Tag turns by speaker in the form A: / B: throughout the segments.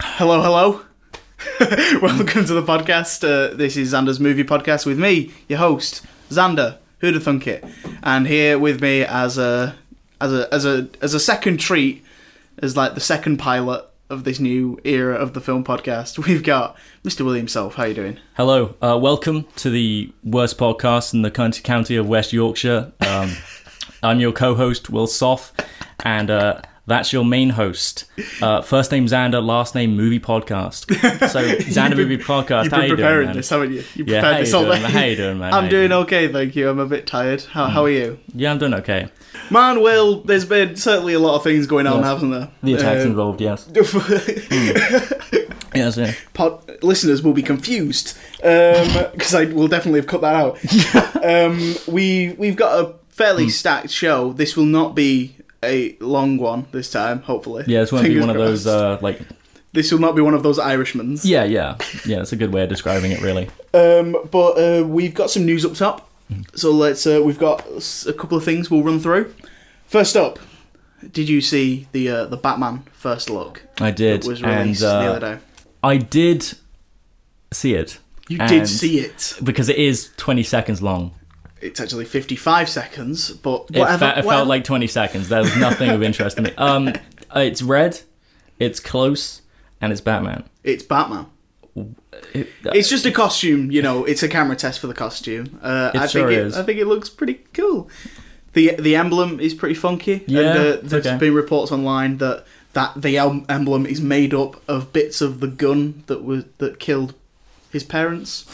A: Hello, hello. Welcome to the podcast. Uh, this is Xander's Movie Podcast with me, your host, Xander. Who'd have thunk it? And here with me as a as a as a as a second treat, as like the second pilot of this new era of the film podcast, we've got Mr. William himself. How you doing?
B: Hello, uh, welcome to the worst podcast in the county, county of West Yorkshire. Um, I'm your co-host Will Soff, and uh, that's your main host. Uh, first name Xander, last name Movie Podcast. So Xander
A: been-
B: Movie Podcast.
A: You've
B: how
A: been
B: you
A: preparing
B: doing, man?
A: this, haven't you? You
B: Yeah,
A: prepared
B: how you
A: this all
B: doing,
A: day.
B: man? How you doing, man? How
A: I'm
B: you
A: doing
B: doing? Hmm.
A: okay, thank you. I'm a bit tired. How, how are you?
B: Yeah, I'm doing okay.
A: Man, Will, there's been certainly a lot of things going on,
B: Yes.
A: haven't there?
B: The attacks
A: Uh,
B: involved, yes. Yes, yeah.
A: pod- listeners will be confused because I will definitely have cut that out. um, we we've got a fairly
B: Hmm.
A: stacked show. This will not be a long one this time, hopefully.
B: Yeah, it's going to be
A: Fingers
B: one of those,
A: crossed.
B: uh, like,
A: This will not be one of those Irishmans.
B: yeah, yeah. Yeah, that's a good way of describing it, really.
A: Um, but uh, we've got some news up top,
B: Hmm.
A: so let's. Uh, we've got s- a couple of things we'll run through. First up, did you see the uh, the Batman first look?
B: I did.
A: It was
B: and
A: released the
B: uh,
A: other day.
B: I did see it.
A: You
B: and-
A: did see it.
B: Because it is 20 seconds long.
A: it's actually 55 seconds, but
B: It,
A: whatever.
B: fe- it
A: whatever.
B: felt like 20 seconds. There was nothing of interest to me. Um, uh, it's red, it's close, and it's Batman.
A: it's Batman.
B: It- uh,
A: It's just a costume, you know. It's a camera test for the costume. Uh,
B: It
A: I
B: sure
A: think
B: is.
A: It, I think it looks pretty cool. the The emblem is pretty funky.
B: Yeah,
A: and, uh,
B: it's
A: there's
B: okay.
A: been reports online that that the em- emblem is made up of bits of the gun that was that killed his parents,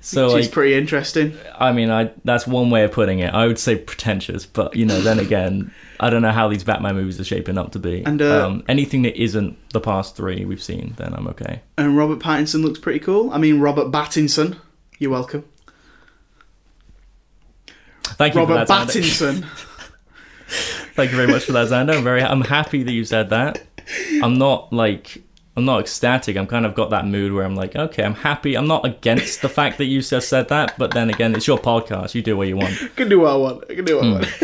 B: so,
A: which is
B: like,
A: pretty interesting.
B: I mean, I that's one way of putting it. I would say pretentious, but, you know, then again, I don't know how these Batman movies are shaping up to be.
A: And, uh,
B: um, anything that isn't the past three we've seen, then I'm okay.
A: And Robert Pattinson looks pretty cool. I mean, Robert Pattinson. You're welcome.
B: Thank you
A: Robert
B: for that, Xander.
A: Pattinson.
B: Thank you very much for that, Xander. I'm very, I'm happy that you said that. I'm not like, I'm not ecstatic. I'm kind of got that mood where I'm like, okay, I'm happy. I'm not against the fact that you just said that, but then again, it's your podcast. You do what you want.
A: can do what I want. I can do what I want.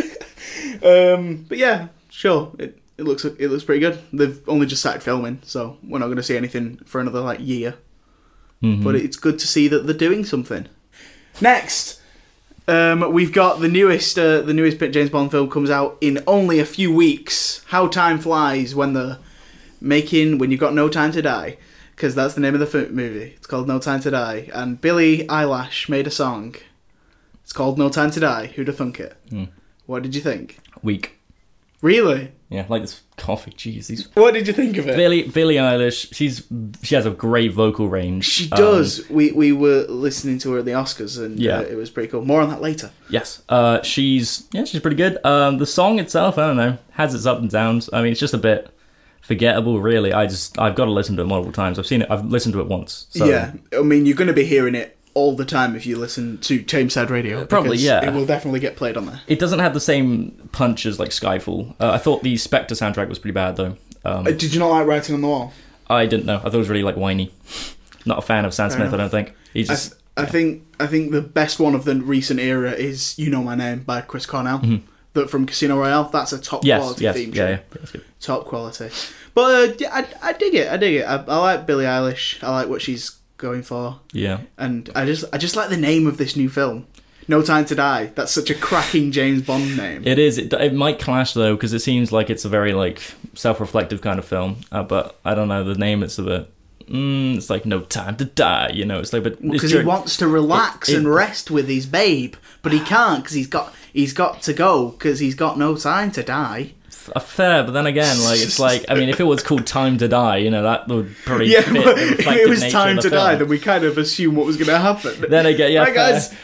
A: um, but yeah, sure. It, it looks it looks pretty good. They've only just started filming, so we're not going to see anything for another like year. But it's good to see that they're doing something. Next, um, we've got the newest uh, the newest James Bond film comes out in only a few weeks. How time flies when the making when you've got no time to die because that's the name of the fi- movie it's called no time to die and billy eyelash made a song it's called no time to die who'd have thunk it
B: Hmm.
A: what did you think
B: Week.
A: really
B: Yeah, like this coffee. Jeez, these.
A: what did you think of it
B: Billie, Billie Eilish, she's she has a great vocal range.
A: she
B: Um,
A: does we we were listening to her at the oscars and
B: Yeah.
A: uh, it was pretty cool more on that later
B: Yes, uh, she's yeah, she's pretty good. Um, the song itself, I don't know, has its up and downs. I mean, it's just a bit forgettable, really. I just I've got to listen to it multiple times. I've seen it. I've listened to it once. So.
A: yeah i mean you're going to be hearing it all the time if you listen to tameside radio
B: Uh, Probably,
A: because
B: yeah.
A: it will definitely get played on there
B: It doesn't have the same punch as like Skyfall. Uh, I thought the Spectre soundtrack was pretty bad though. Um,
A: Uh, did you not like writing on the wall
B: I didn't know. I thought it was really like whiny. Not a fan of Sam Smith. I don't think he's
A: I,
B: just
A: I think I think the best one of the recent era is "You Know My Name" by Chris Cornell, that from Casino Royale. That's a top
B: Mm-hmm. yes,
A: quality
B: yes,
A: theme
B: yeah,
A: tune,
B: yeah, that's good.
A: top quality. But uh, yeah, I, I dig it. I dig it. I, I like Billie Eilish. I like what she's going for,
B: yeah.
A: and I just I just like the name of this new film. No Time to Die. That's such a cracking James Bond name.
B: It is. It, it might clash though because it seems like it's a very like self-reflective kind of film. Uh, but I don't know the name. It's a bit. Mm, it's like no time to die. You know. It's like but it's
A: because he
B: during-
A: wants to relax
B: it-
A: and rest with his babe, but he can't because he's got he's got to go because he's got no time to die.
B: a fair, but then again, like it's like I mean, if it was called Time to Die, you know, that would probably
A: Yeah,
B: fit
A: but
B: the
A: if
B: reflective
A: it was
B: nature
A: time
B: of
A: to
B: the film.
A: die, then we kind of assume what was going to happen.
B: Then again, yeah,
A: right, guys,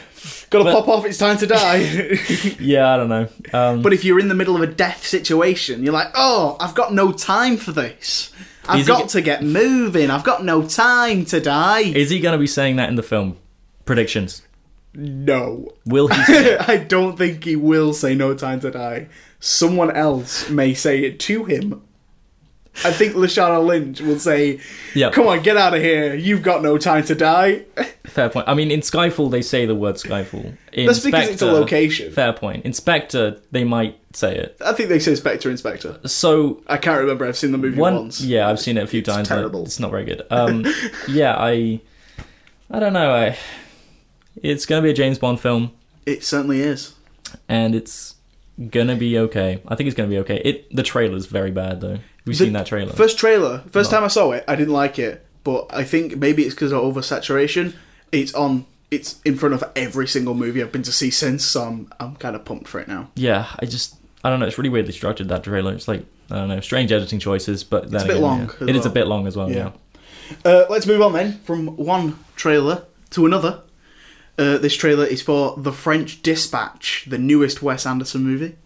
A: gotta pop off. It's time to die.
B: Yeah, I don't know. Um,
A: but if you're in the middle of a death situation, you're like, oh, I've got no time for this. I've
B: Is he
A: got
B: g-
A: to get moving. I've got no time to die.
B: is he going to be saying that in the film? Predictions.
A: no,
B: Will he? Say it?
A: I don't think he will say no time to die. Someone else may say it to him. I think Lashana Lynch will say,
B: Yeah.
A: "Come on, get out of here! You've got no time to die."
B: Fair point. I mean, in Skyfall, they say the word Skyfall. In
A: That's because it's a
B: Spectre-
A: location.
B: Fair point. Inspector, they might say it.
A: I think they say Spectre Inspector.
B: So
A: I can't remember. I've seen the movie
B: one,
A: once.
B: yeah, I've seen it a few
A: It's
B: times. and
A: terrible.
B: It's not very good. Um, yeah, I, I don't know. I, it's gonna be a James Bond film,
A: It certainly is.
B: and it's gonna be okay. I think it's gonna be okay. It the trailer's very bad though. We've
A: The
B: seen that trailer.
A: First trailer, first time I saw it, I didn't like it, but I think maybe it's because of oversaturation. It's on. It's in front of every single movie I've been to see since, so I'm, I'm kind of pumped for it now.
B: yeah, I just I don't know. It's really weirdly structured that trailer. It's like I don't know, strange editing choices, but then it's
A: a bit long
B: Yeah.
A: as
B: It is a
A: well.
B: bit long as well.
A: Yeah.
B: Yeah.
A: Uh, let's move on then from one trailer to another. Uh, this trailer is for The French Dispatch, the newest Wes Anderson movie.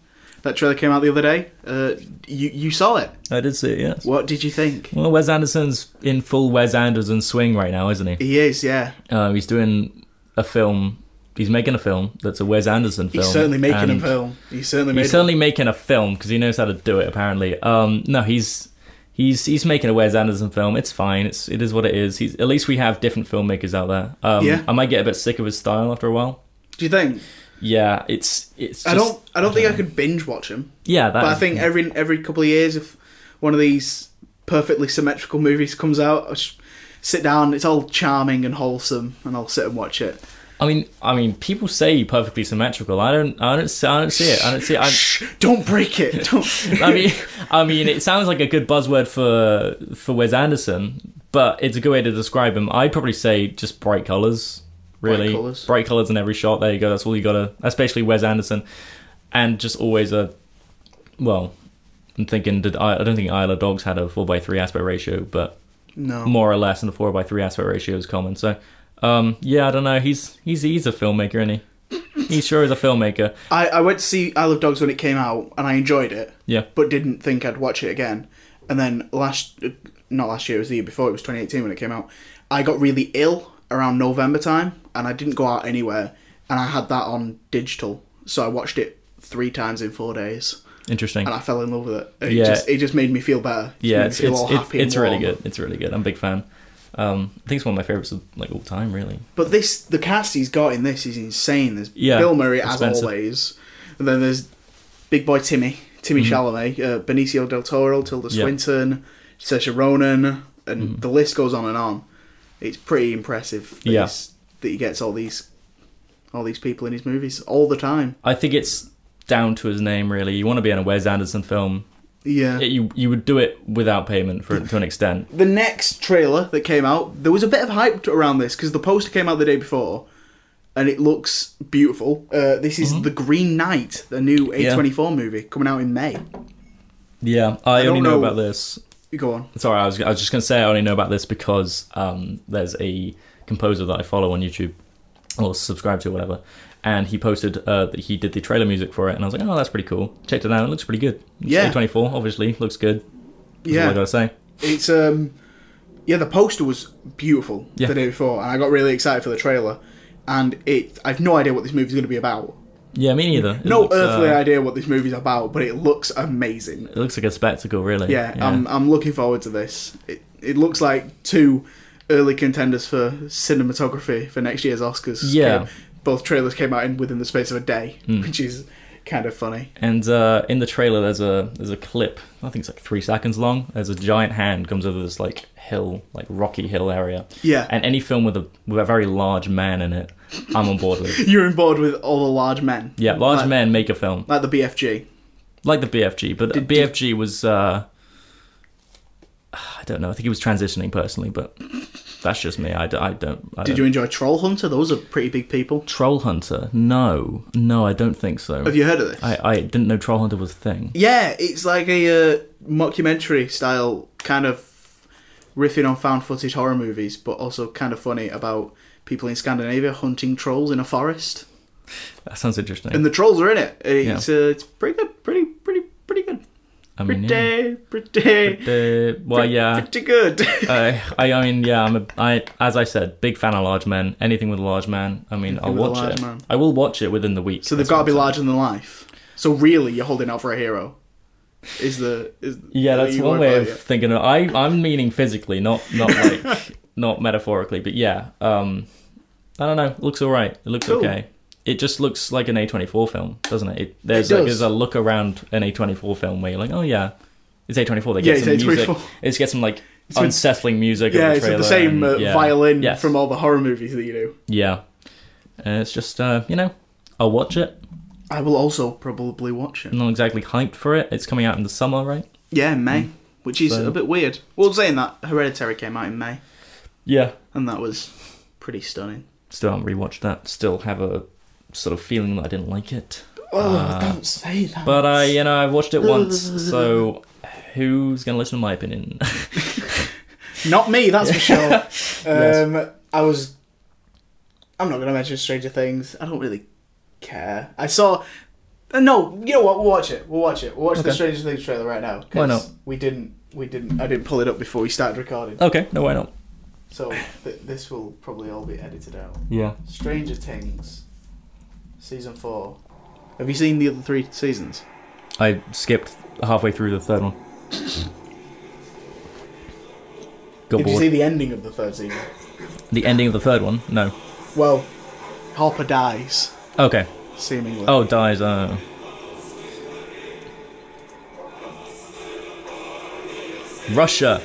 A: That trailer came out the other day. Uh, you you saw it.
B: I did see it. Yes.
A: What did you think?
B: Well, Wes Anderson's in full Wes Anderson swing right now, isn't he?
A: He is, yeah.
B: Uh, he's doing a film. He's making a film that's a Wes Anderson film.
A: He's certainly making a
B: and
A: film. He's certainly made.
B: He's certainly making a film because he knows how to do it. Apparently, um, no, he's he's he's making a Wes Anderson film. It's fine. It's it is what it is. He's at least we have different filmmakers out there. Um,
A: Yeah.
B: I might get a bit sick of his style after a while.
A: Do you think?
B: Yeah, it's it's. Just,
A: I don't. I don't think I could binge watch him.
B: Yeah, that
A: But I
B: is-
A: think every every couple of years, if one of these perfectly symmetrical movies comes out, I'll just sit down. It's all charming and wholesome, and I'll sit and watch it.
B: I mean, I mean, people say perfectly symmetrical. I don't. I don't. see- I don't see it. I don't see it. I,
A: Shh! Don't break it. Don't.
B: I mean, I mean, it sounds like a good buzzword for for Wes Anderson, but it's a good way to describe him. I'd probably say just bright colors, really
A: Bright colours.
B: bright colours in every shot. There you go. That's all you gotta. Especially Wes Anderson, and just always a well. I'm thinking. Did I, I don't think Isle of Dogs had a four by three aspect ratio, but
A: No.
B: more or less, and a four by three aspect ratio is common. So, um, yeah, I don't know. He's he's he's a filmmaker, isn't he? he sure is a filmmaker.
A: I, I went to see Isle of Dogs when it came out, and I enjoyed it,
B: Yeah.
A: but didn't think I'd watch it again. And then last, uh, not last year, it was the year before. It was 2018 when it came out. I got really ill around November time, and I didn't go out anywhere. And I had that on digital, so I watched it three times in four days,
B: Interesting.
A: and I fell in love with it. It
B: Yeah.
A: just it just made me feel better. It
B: yeah,
A: made
B: it's
A: me feel
B: it's,
A: all
B: it's,
A: happy and
B: it's really
A: warm.
B: good. It's really good. I'm a big fan. Um, I think it's one of my favorites of like all time, really.
A: But this, the cast he's got in this is insane. There's
B: Yeah,
A: Bill Murray as
B: expensive.
A: always, and then there's Big Boy Timmy, Timmy Chalamet, uh, Benicio del Toro, Tilda
B: Mm-hmm. Yeah. Mm-hmm.
A: Swinton, Saoirse Ronan, and the list goes on and on. It's pretty impressive. That
B: Yeah.
A: he's- that he gets all these, all these people in his movies all the time.
B: I think it's down to his name, really. You want to be in a Wes Anderson film.
A: Yeah.
B: Yeah, you you would do it without payment for to an extent.
A: the next trailer that came out, there was a bit of hype around this because the poster came out the day before, and it looks beautiful. Uh, this is
B: Mm-hmm.
A: the Green Knight, the new A24 movie coming out in May.
B: Yeah, I,
A: don't
B: only know,
A: know.
B: about this.
A: You Go on.
B: Sorry, I was I was just gonna say I only know about this because um, there's a composer that I follow on YouTube or subscribe to, whatever. And he posted uh, that he did the trailer music for it, and I was like, "Oh, that's pretty cool." Checked it out; it looks pretty good. It's
A: Yeah.
B: A24, obviously, looks good. That's all I
A: Yeah,
B: gotta say.
A: it's um, yeah, the poster was beautiful
B: Yeah.
A: the day before, and I got really excited for the trailer. And it, I've no idea what this movie's going to be about.
B: Yeah, me neither. It
A: No
B: looks,
A: earthly
B: uh,
A: idea what this movie's about, but it looks amazing.
B: It looks like a spectacle, really.
A: Yeah, um, I'm I'm looking forward to this. It it looks like two early contenders for cinematography for next year's Oscars.
B: Yeah. Hmm.
A: Came- both trailers came out in within the space of a day, which is kind of funny.
B: and uh, in the trailer, there's a there's a clip. I think it's like three seconds long. There's a giant hand comes over this like hill, like rocky hill area.
A: Yeah.
B: And any film with a with a very large man in it, I'm on board with.
A: You're on board with all the large men.
B: Yeah, large
A: Like-
B: men make a film
A: Like the BFG.
B: like the BFG, but BFG was uh, I don't know. I think he was transitioning personally, but that's just me. I, d- I don't. I
A: Did
B: don't.
A: you enjoy Troll Hunter? Those are pretty big people.
B: Troll Hunter? No, no, I don't think so.
A: Have you heard of this?
B: I, I didn't know Troll Hunter was a thing.
A: Yeah, it's like a uh, mockumentary style kind of riffing on found footage horror movies, but also kind of funny about people in Scandinavia hunting trolls in a forest.
B: That sounds interesting.
A: and the trolls are in it. It's uh, it's pretty good, pretty pretty pretty good,
B: I mean,
A: pretty
B: yeah.
A: pretty.
B: Uh, well, yeah.
A: pretty good.
B: Uh, I, I mean, yeah. I'm a, I, as I said, big fan of large men. Anything with a large man. I mean, I'll
A: with a
B: watch
A: large
B: it.
A: man.
B: I will watch it within the week.
A: so they've got to be larger than life. So really, you're holding out for a hero. Is the is
B: Yeah,
A: the
B: that's
A: you
B: one
A: go
B: way
A: by,
B: of
A: yeah.
B: thinking. Of, I I'm meaning physically, not not like not metaphorically, but yeah. Um, I don't know. It looks all right. It looks
A: Cool.
B: okay. It just looks like an A24 film, doesn't it? it there's like
A: does.
B: there's a look around an A24 film where you're like, oh yeah, it's A24. They
A: Yeah,
B: get
A: it's
B: some music.
A: A24.
B: It's get some like
A: with-
B: unsettling music.
A: Yeah,
B: of the
A: it's like the
B: trailer
A: same
B: and-
A: uh,
B: yeah.
A: violin
B: Yes.
A: from all the horror movies that you do.
B: Yeah, and it's just uh, you know, I'll watch it.
A: I will also probably watch it.
B: I'm not exactly hyped for it. It's coming out in the summer, right?
A: Yeah, in May, which is
B: Mm. So-
A: a bit weird. Well, saying that, Hereditary came out in May,
B: Yeah.
A: and that was pretty stunning.
B: Still haven't rewatched that. Still have a sort of feeling that I didn't like it.
A: Oh, don't say that.
B: Ah. But I, you know, I've watched it once, so who's gonna listen to my opinion?
A: Not me, that's for sure. Um, I was. I'm not going to mention Stranger Things. I don't really care. I saw. uh, No, you know what? We'll watch it. We'll watch it. We'll watch the
B: Okay.
A: Stranger Things trailer right now. 'cause
B: Why not?
A: We didn't. We didn't. I didn't pull it up before we started recording.
B: okay, no, why not?
A: So th- this will probably all be edited out.
B: Yeah.
A: Stranger Things, season four. Have you seen the other three seasons?
B: I skipped halfway through the third one. Got
A: Did you see
B: bored.
A: the ending of the third season?
B: The ending of the third one? No.
A: Well, Hopper dies,
B: Okay.
A: seemingly.
B: Oh, dies. Uh... Russia.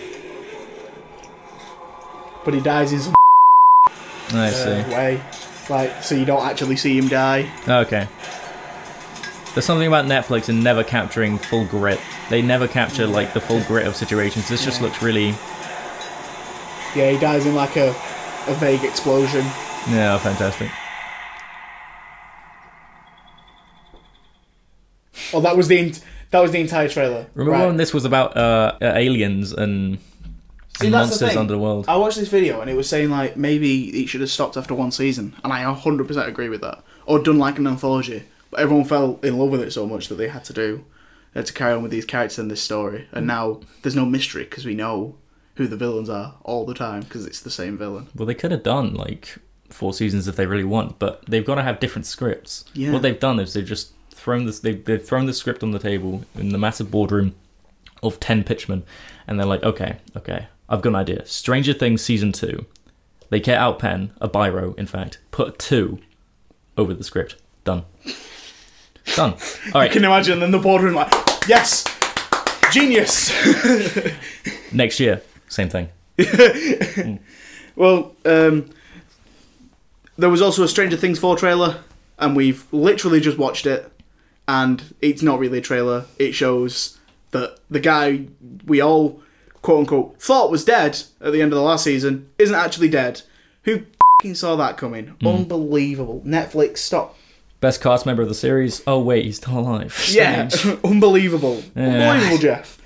A: But he dies in some
B: I
A: uh,
B: see.
A: way. Like, so you don't actually see him die.
B: Okay. There's something about Netflix and never capturing full grit. They never capture like the full grit of situations. This just
A: Yeah.
B: looks really,
A: Yeah, he dies in like a, a vague explosion.
B: yeah, fantastic.
A: Oh, that was the ent- that was the entire trailer.
B: Remember
A: Right.
B: when this was about uh, uh, aliens and
A: See, that's the
B: monsters
A: thing.
B: under the world?
A: I watched this video and it was saying like maybe it should have stopped after one season, and I 100% agree with that. Or done like an anthology, but everyone fell in love with it so much that they had to do they had to carry on with these characters and this story. And now there's no mystery because we know who the villains are all the time because it's the same villain.
B: Well, they could have done like four seasons if they really want, but they've got to have different scripts.
A: Yeah.
B: What they've done is they've just thrown this. They've, they've thrown the script on the table in the massive boardroom of ten pitchmen, and they're like, okay, okay, I've got an idea. Stranger Things season two. They get out pen a biro, in fact, put two over the script. Done. Done. All
A: I
B: right.
A: can imagine. Then the boardroom like, yes, genius.
B: Next year, same thing.
A: Well, um, there was also a Stranger Things 4 trailer, and we've literally just watched it, and it's not really a trailer. It shows that the guy we all, quote unquote, thought was dead at the end of the last season isn't actually dead. Who fing saw that coming?
B: Hmm.
A: Unbelievable. Netflix, stop.
B: Best cast member of the series. Oh wait, he's still alive.
A: Yeah, unbelievable.
B: Yeah.
A: Unbelievable, Jeff.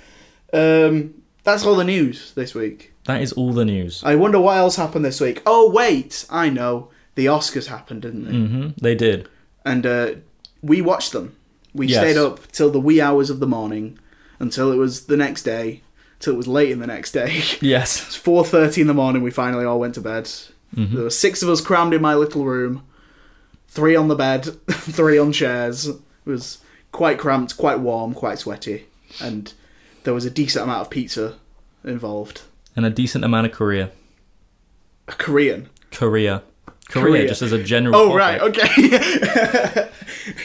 A: Um, that's all the news this week.
B: That is all the news.
A: I wonder what else happened this week. Oh wait, I know. The Oscars happened, didn't they?
B: hmm They did.
A: And uh, we watched them. We
B: Yes.
A: stayed up till the wee hours of the morning, until it was the next day, till it was late in the next day. it
B: Yes.
A: was four thirty in the morning. We finally all went to bed. There were six of us crammed in my little room, three on the bed, three on chairs. It was quite cramped, quite warm, quite sweaty, and there was a decent amount of pizza involved.
B: and a decent amount of Korea.
A: A Korean.
B: Korea. Korea,
A: Korea.
B: just as a general.
A: Oh
B: topic.
A: right, okay.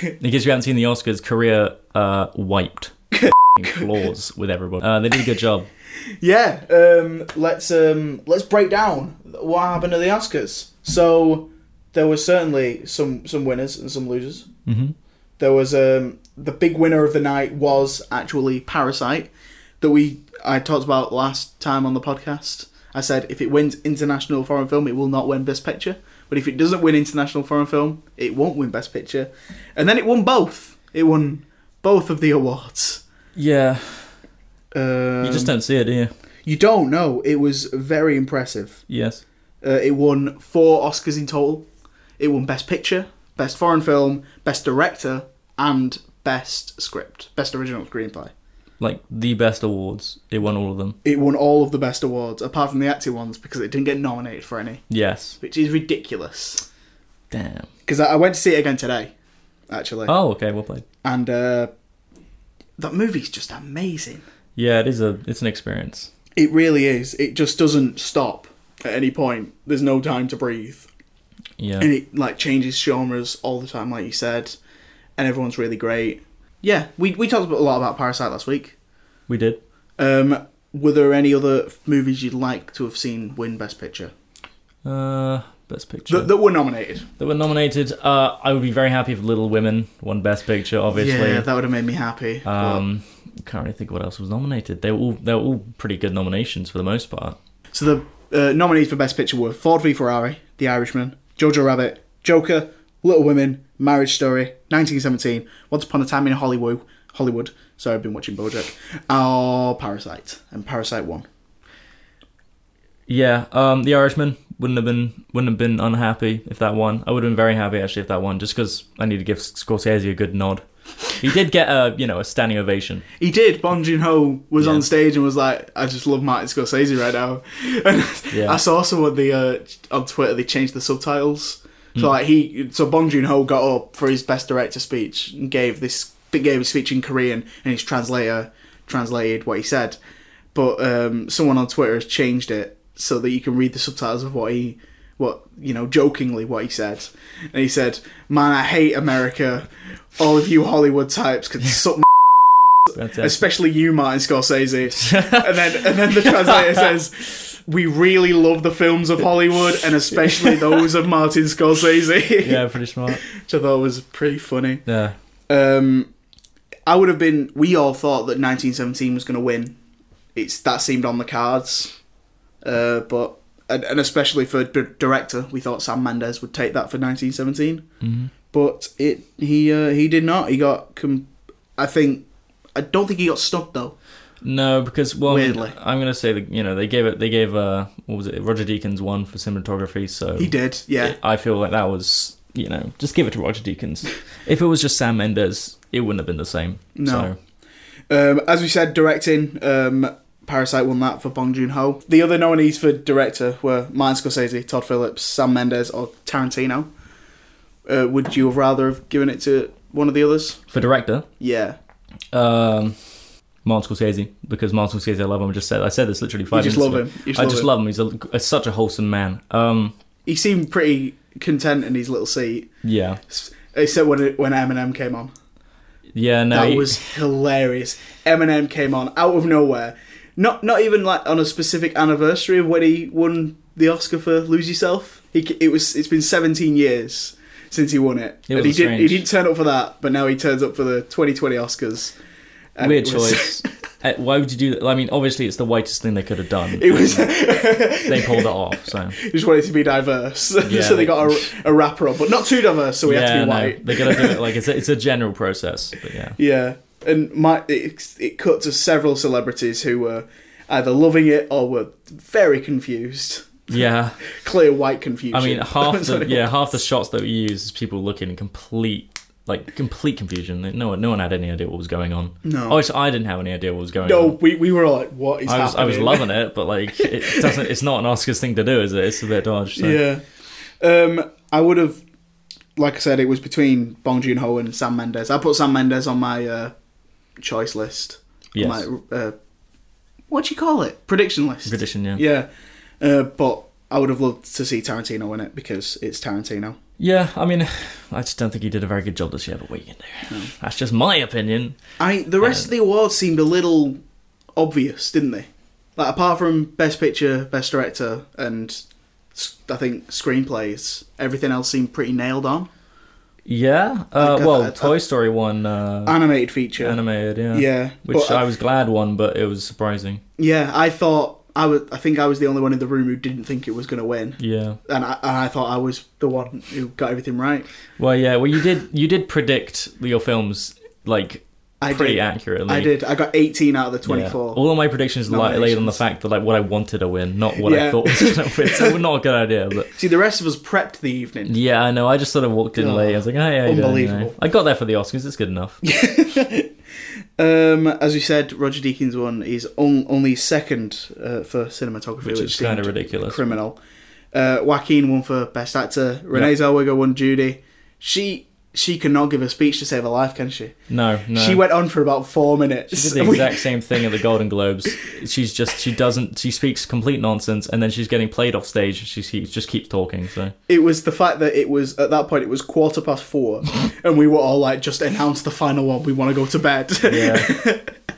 B: In case you haven't seen the Oscars, Korea uh, wiped f***ing floors with everybody. Uh, they did a good job.
A: Yeah, um, let's um, let's break down what happened at the Oscars. So there were certainly some some winners and some losers. Mm-hmm. There was um, the big winner of the night was actually Parasite that we I talked about last time on the podcast. I said if it wins international foreign film, it will not win Best Picture. But if it doesn't win international foreign film, it won't win Best Picture. And then it won both. It won both of the awards.
B: Yeah,
A: Um,
B: you just don't see it, do you?
A: you don't know. It was very impressive.
B: Yes.
A: Uh, it won four Oscars in total. It won Best Picture, Best Foreign Film, Best Director, and Best Script, Best Original Screenplay.
B: Like the best awards, it won all of them.
A: It won all of the best awards, apart from the acting ones, because it didn't get nominated for any,
B: Yes.
A: which is ridiculous.
B: Damn.
A: Because I I went to see it again today, actually,
B: Oh, okay, well played.
A: and uh, that movie's just amazing.
B: Yeah, it is a it's an experience.
A: It really is. It just doesn't stop at any point. There's no time to breathe,
B: Yeah.
A: and it like changes genres all the time, like you said. And everyone's really great. Yeah, we we talked a lot about Parasite last week.
B: we did.
A: Um, were there any other movies you'd like to have seen win Best Picture
B: Uh best picture.
A: that, that were nominated?
B: that were nominated. Uh I would be very happy if Little Women won best picture obviously.
A: Yeah, that would have made me happy. but-
B: um can't really think what else was nominated. They were all they were all pretty good nominations for the most part.
A: So the uh, nominees for Best Picture were Ford v Ferrari, The Irishman, Jojo Rabbit, Joker, Little Women, Marriage Story, 1917, Once Upon a Time in Hollywood, Hollywood. Sorry, I've been watching BoJack. Oh, Parasite, and Parasite won.
B: Yeah, um, the Irishman wouldn't have been wouldn't have been unhappy if that won. I would have been very happy actually if that won, just because I need to give Scorsese a good nod. He did get a you know a standing ovation.
A: He did. Bong Joon Ho was
B: Yeah.
A: on stage and was like, "I just love Martin Scorsese right now." And
B: Yeah.
A: I saw someone the uh, on Twitter they changed the subtitles. So
B: Hmm.
A: like he, so Bong Joon Ho got up for his best director speech and gave this gave his speech in Korean, and his translator translated what he said. But um, someone on Twitter has changed it so that you can read the subtitles of what he, what you know, jokingly what he said. And he said, "Man, I hate America. All of you Hollywood types can suck." my
B: That's it.
A: especially you, Martin Scorsese. and then and then the translator says, "We really love the films of Hollywood, and especially those of Martin Scorsese,"
B: Yeah, pretty smart.
A: which I thought was pretty funny.
B: Yeah,
A: Um, I would have been. We all thought that 1917 was going to win. It's that seemed on the cards, uh, but. And, and especially for d- director, we thought Sam Mendes would take that for 1917
B: Mhm.
A: but it he uh, he did not. He got com- I think I don't think he got snubbed though.
B: no, because well, I mean,
A: Weirdly.
B: I'm gonna say that you know they gave it they gave uh what was it Roger Deakins one for cinematography, so
A: He did, yeah.
B: I feel like that was you know just give it to Roger Deakins. if it was just Sam Mendes, it wouldn't have been the same.
A: No.
B: So,
A: Um, as we said, directing um, Parasite won that for Bong Joon Ho. The other nominees for director were Martin Scorsese, Todd Phillips, Sam Mendes, or Tarantino. Uh, would you have rather have given it to one of the others?
B: for director,
A: Yeah,
B: Um, Martin Scorsese because Martin Scorsese, I love him. I just said I said this literally
A: you
B: five
A: just
B: minutes
A: love
B: ago.
A: him. You
B: I
A: love
B: just
A: him.
B: love him. He's, a, he's such a wholesome man. Um,
A: He seemed pretty content in his little seat,
B: yeah,
A: s- except when it, when Eminem came on.
B: yeah. No,
A: that
B: he-
A: was hilarious. Eminem came on out of nowhere. Not not even like on a specific anniversary of when he won the Oscar for Lose Yourself. He, c- it was it's been 17 years since he won it.
B: It
A: and
B: was
A: he didn't he
B: strange.
A: didn't turn up for that, but now he turns up for the 2020 Oscars. And
B: weird
A: it was-
B: choice. Uh, Why would you do that? I mean, obviously, it's the whitest thing they could have done.
A: It was
B: They pulled it off. So
A: he just wanted to be diverse,
B: Yeah,
A: so they
B: they-
A: got a, a rapper on, but not too diverse, so we had to
B: yeah,
A: be
B: no,
A: white.
B: they gotta do it. Like it's a, it's a general process. But yeah,
A: Yeah, and my it, it cut to several celebrities who were either loving it or were very confused.
B: yeah.
A: Clear white confusion.
B: I mean, half
A: That's what
B: the
A: it
B: yeah
A: was.
B: half the shots that we use is people looking in complete like complete confusion. No one no one had any idea what was going on.
A: No.
B: oh, it's- I didn't have any idea what was going
A: No,
B: on.
A: we, we were all like, "What is
B: I was, I
A: happening?"
B: was loving it, but like it doesn't. It's not an Oscars thing to do, is it? It's a bit dodge. So.
A: Yeah, um, I would have, like I said, it was between Bong Joon Ho and Sam Mendes. I put Sam Mendes on my uh, choice list.
B: Yes.
A: On my, uh, what do you call it? Prediction list.
B: Prediction, yeah. yeah,
A: Yeah, uh, but I would have loved to see Tarantino in it because it's Tarantino.
B: I mean, I just don't think he did a very good job this year. But what you can do? That's just my opinion.
A: I the rest of the awards seemed a little obvious, didn't they? Like apart from best picture, best director, and s- I think screenplays, everything else seemed pretty nailed on.
B: Yeah. Uh,
A: Like, uh,
B: well,
A: uh,
B: Toy Story won uh,
A: Animated feature,
B: animated. Yeah.
A: Yeah,
B: Which
A: but, uh,
B: I was glad won, but it was surprising.
A: yeah. I thought I was. I think I was the only one in the room who didn't think it was going to win,
B: Yeah.
A: and I, and I thought I was the one who got everything right.
B: Well, yeah. Well, you did. You did predict your films like
A: I
B: pretty
A: did.
B: accurately.
A: I did. I got 18 out of the
B: Yeah.
A: 24.
B: All of my predictions li- laid on the
A: nominations.
B: fact that like what I wanted to win, not what
A: Yeah.
B: I thought was going to win. So not a good idea, but.
A: See, the rest of us prepped the evening.
B: Yeah, I know. I just sort of walked in
A: Oh,
B: late. I was like, oh, yeah, you know, you know.
A: unbelievable.
B: I got there for the Oscars. It's good enough.
A: Um, as we said, Roger Deakins won is on, only second uh, for cinematography, which,
B: Which is kinda
A: seemed
B: ridiculous.
A: Criminal. Uh, Joaquin won for best actor. Renee Zellweger won Judy. She she cannot give a speech to save her life, can she?
B: No, no.
A: She went on for about four minutes.
B: She did the
A: We-
B: exact same thing at the Golden Globes. She's just she doesn't she speaks complete nonsense, and then she's getting played off stage. She, she just keeps talking. So
A: It was the fact that it was at that point it was quarter past four, and we were all like, "Just announce the final one. We want to go to bed."
B: yeah,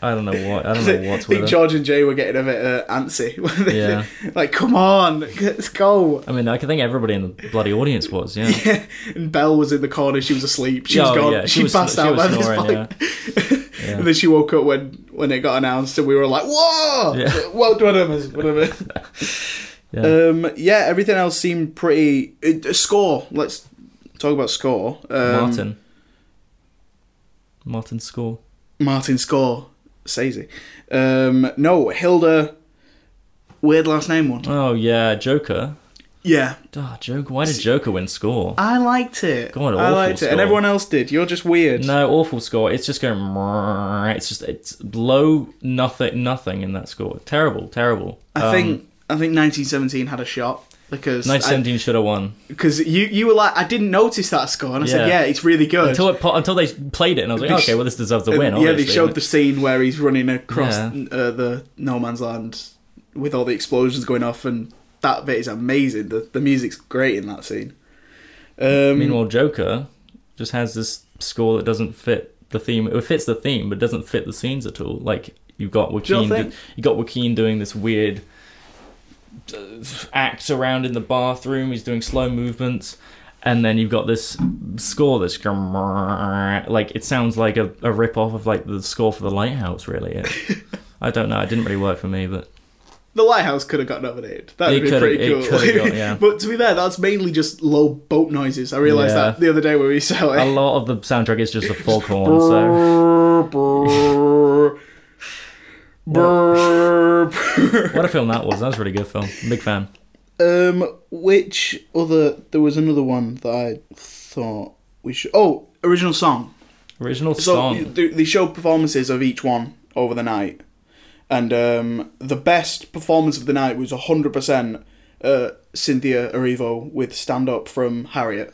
B: I don't know what I don't know
A: I
B: what's with
A: think
B: her.
A: George and Jay were getting a bit uh, antsy.
B: Yeah.
A: like, come on, let's go.
B: I mean, I can think everybody in the bloody audience was. Yeah,
A: And Belle was in the corner. She was asleep. She was
B: Oh,
A: gone.
B: yeah,
A: She,
B: she was-
A: passed
B: she
A: out
B: was
A: by this
B: snoring,
A: point. and then she woke up when when it got announced, and we were like, "Whoa,
B: Yeah.
A: what, what am I- what am I-
B: Yeah.
A: Um, yeah, everything else seemed pretty. It, score. Let's talk about score. Um,
B: Martin. Martin score.
A: Martin score. Sazy. Um, no, Hilda. Weird last name one.
B: Oh yeah, Joker.
A: Yeah,
B: Ah, Joker. Why did Joker win score?
A: I liked it.
B: God,
A: I
B: awful
A: liked it, and
B: score.
A: everyone else did. You're just weird.
B: No, awful score. It's just going. "Mrrr." It's just it's low nothing nothing in that score. Terrible, terrible.
A: I
B: Um,
A: think I think 1917 had a shot because I-
B: 1917 should have won
A: because you you were like I didn't notice that score, and I said, yeah,
B: Yeah.
A: it's really good.
B: until it po- until they played it, and I was like,
A: They sh-
B: okay, well this deserves a
A: And,
B: win.
A: yeah, they
B: obviously.
A: showed the scene where he's running across
B: Yeah.
A: uh, the no man's land with all the explosions going off, and that bit is amazing. The the music's great in that scene. Um,
B: Meanwhile, Joker just has this score that doesn't fit the theme. It fits the theme, but doesn't fit the scenes at all. Like you've got
A: you
B: Joaquin,
A: think-
B: you got Joaquin doing this weird uh, act around in the bathroom. He's doing slow movements, and then you've got this score that's grrrr, like it sounds like a, a rip off of like the score for the Lighthouse. Really, It- I don't know. It didn't really work for me, but
A: the lighthouse could have got nominated. That would
B: It
A: be
B: could've-
A: pretty
B: it
A: cool.
B: could've got, yeah.
A: but to be fair, that's mainly just low boat noises. I realized
B: Yeah.
A: that the other day when we saw
B: a
A: it.
B: lot of the soundtrack is just a foghorn. So
A: Brrr, brrr.
B: what a film that was. That was a really good film. Big fan.
A: Um, which other? There was another one that I thought we should. Oh, original song.
B: Original
A: So
B: song.
A: They, they showed performances of each one over the night, and um, the best performance of the night was hundred percent uh, Cynthia Erivo with "Stand Up" from Harriet.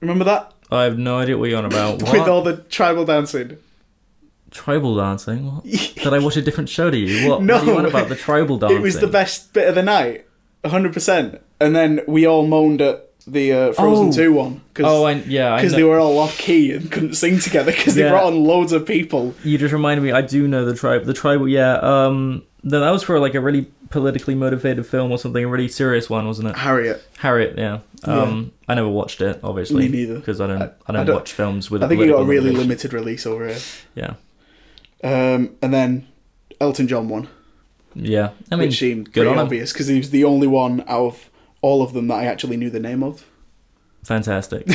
A: Remember that
B: I have no idea what you're on about. What?
A: with all the tribal dancing?
B: tribal dancing? What? Did I watch a different show to you? What?
A: No.
B: What are you on about the tribal dancing?
A: It was the best bit of the night, hundred percent. And then we all moaned at the uh, Frozen
B: Oh.
A: Two one
B: Oh, I, yeah. I
A: because
B: know.
A: they were all off key and couldn't sing together because they
B: Yeah.
A: brought on loads of people.
B: You just reminded me. I do know the tribe. The tribal. Yeah. Um. No, that was for like a really politically motivated film or something. A really serious one, wasn't it?
A: Harriet,
B: Harriet. Yeah. Um. I never watched it,
A: Me
B: obviously.
A: neither.
B: Because I don't. I,
A: I
B: don't
A: don't-
B: watch films with.
A: I think it got a
B: political
A: really
B: motivation.
A: limited release over here.
B: Yeah.
A: Um, and then Elton John won,
B: Yeah. I mean,
A: which seemed
B: good
A: pretty
B: on him.
A: obvious because he was the only one out of all of them that I actually knew the name of.
B: Fantastic.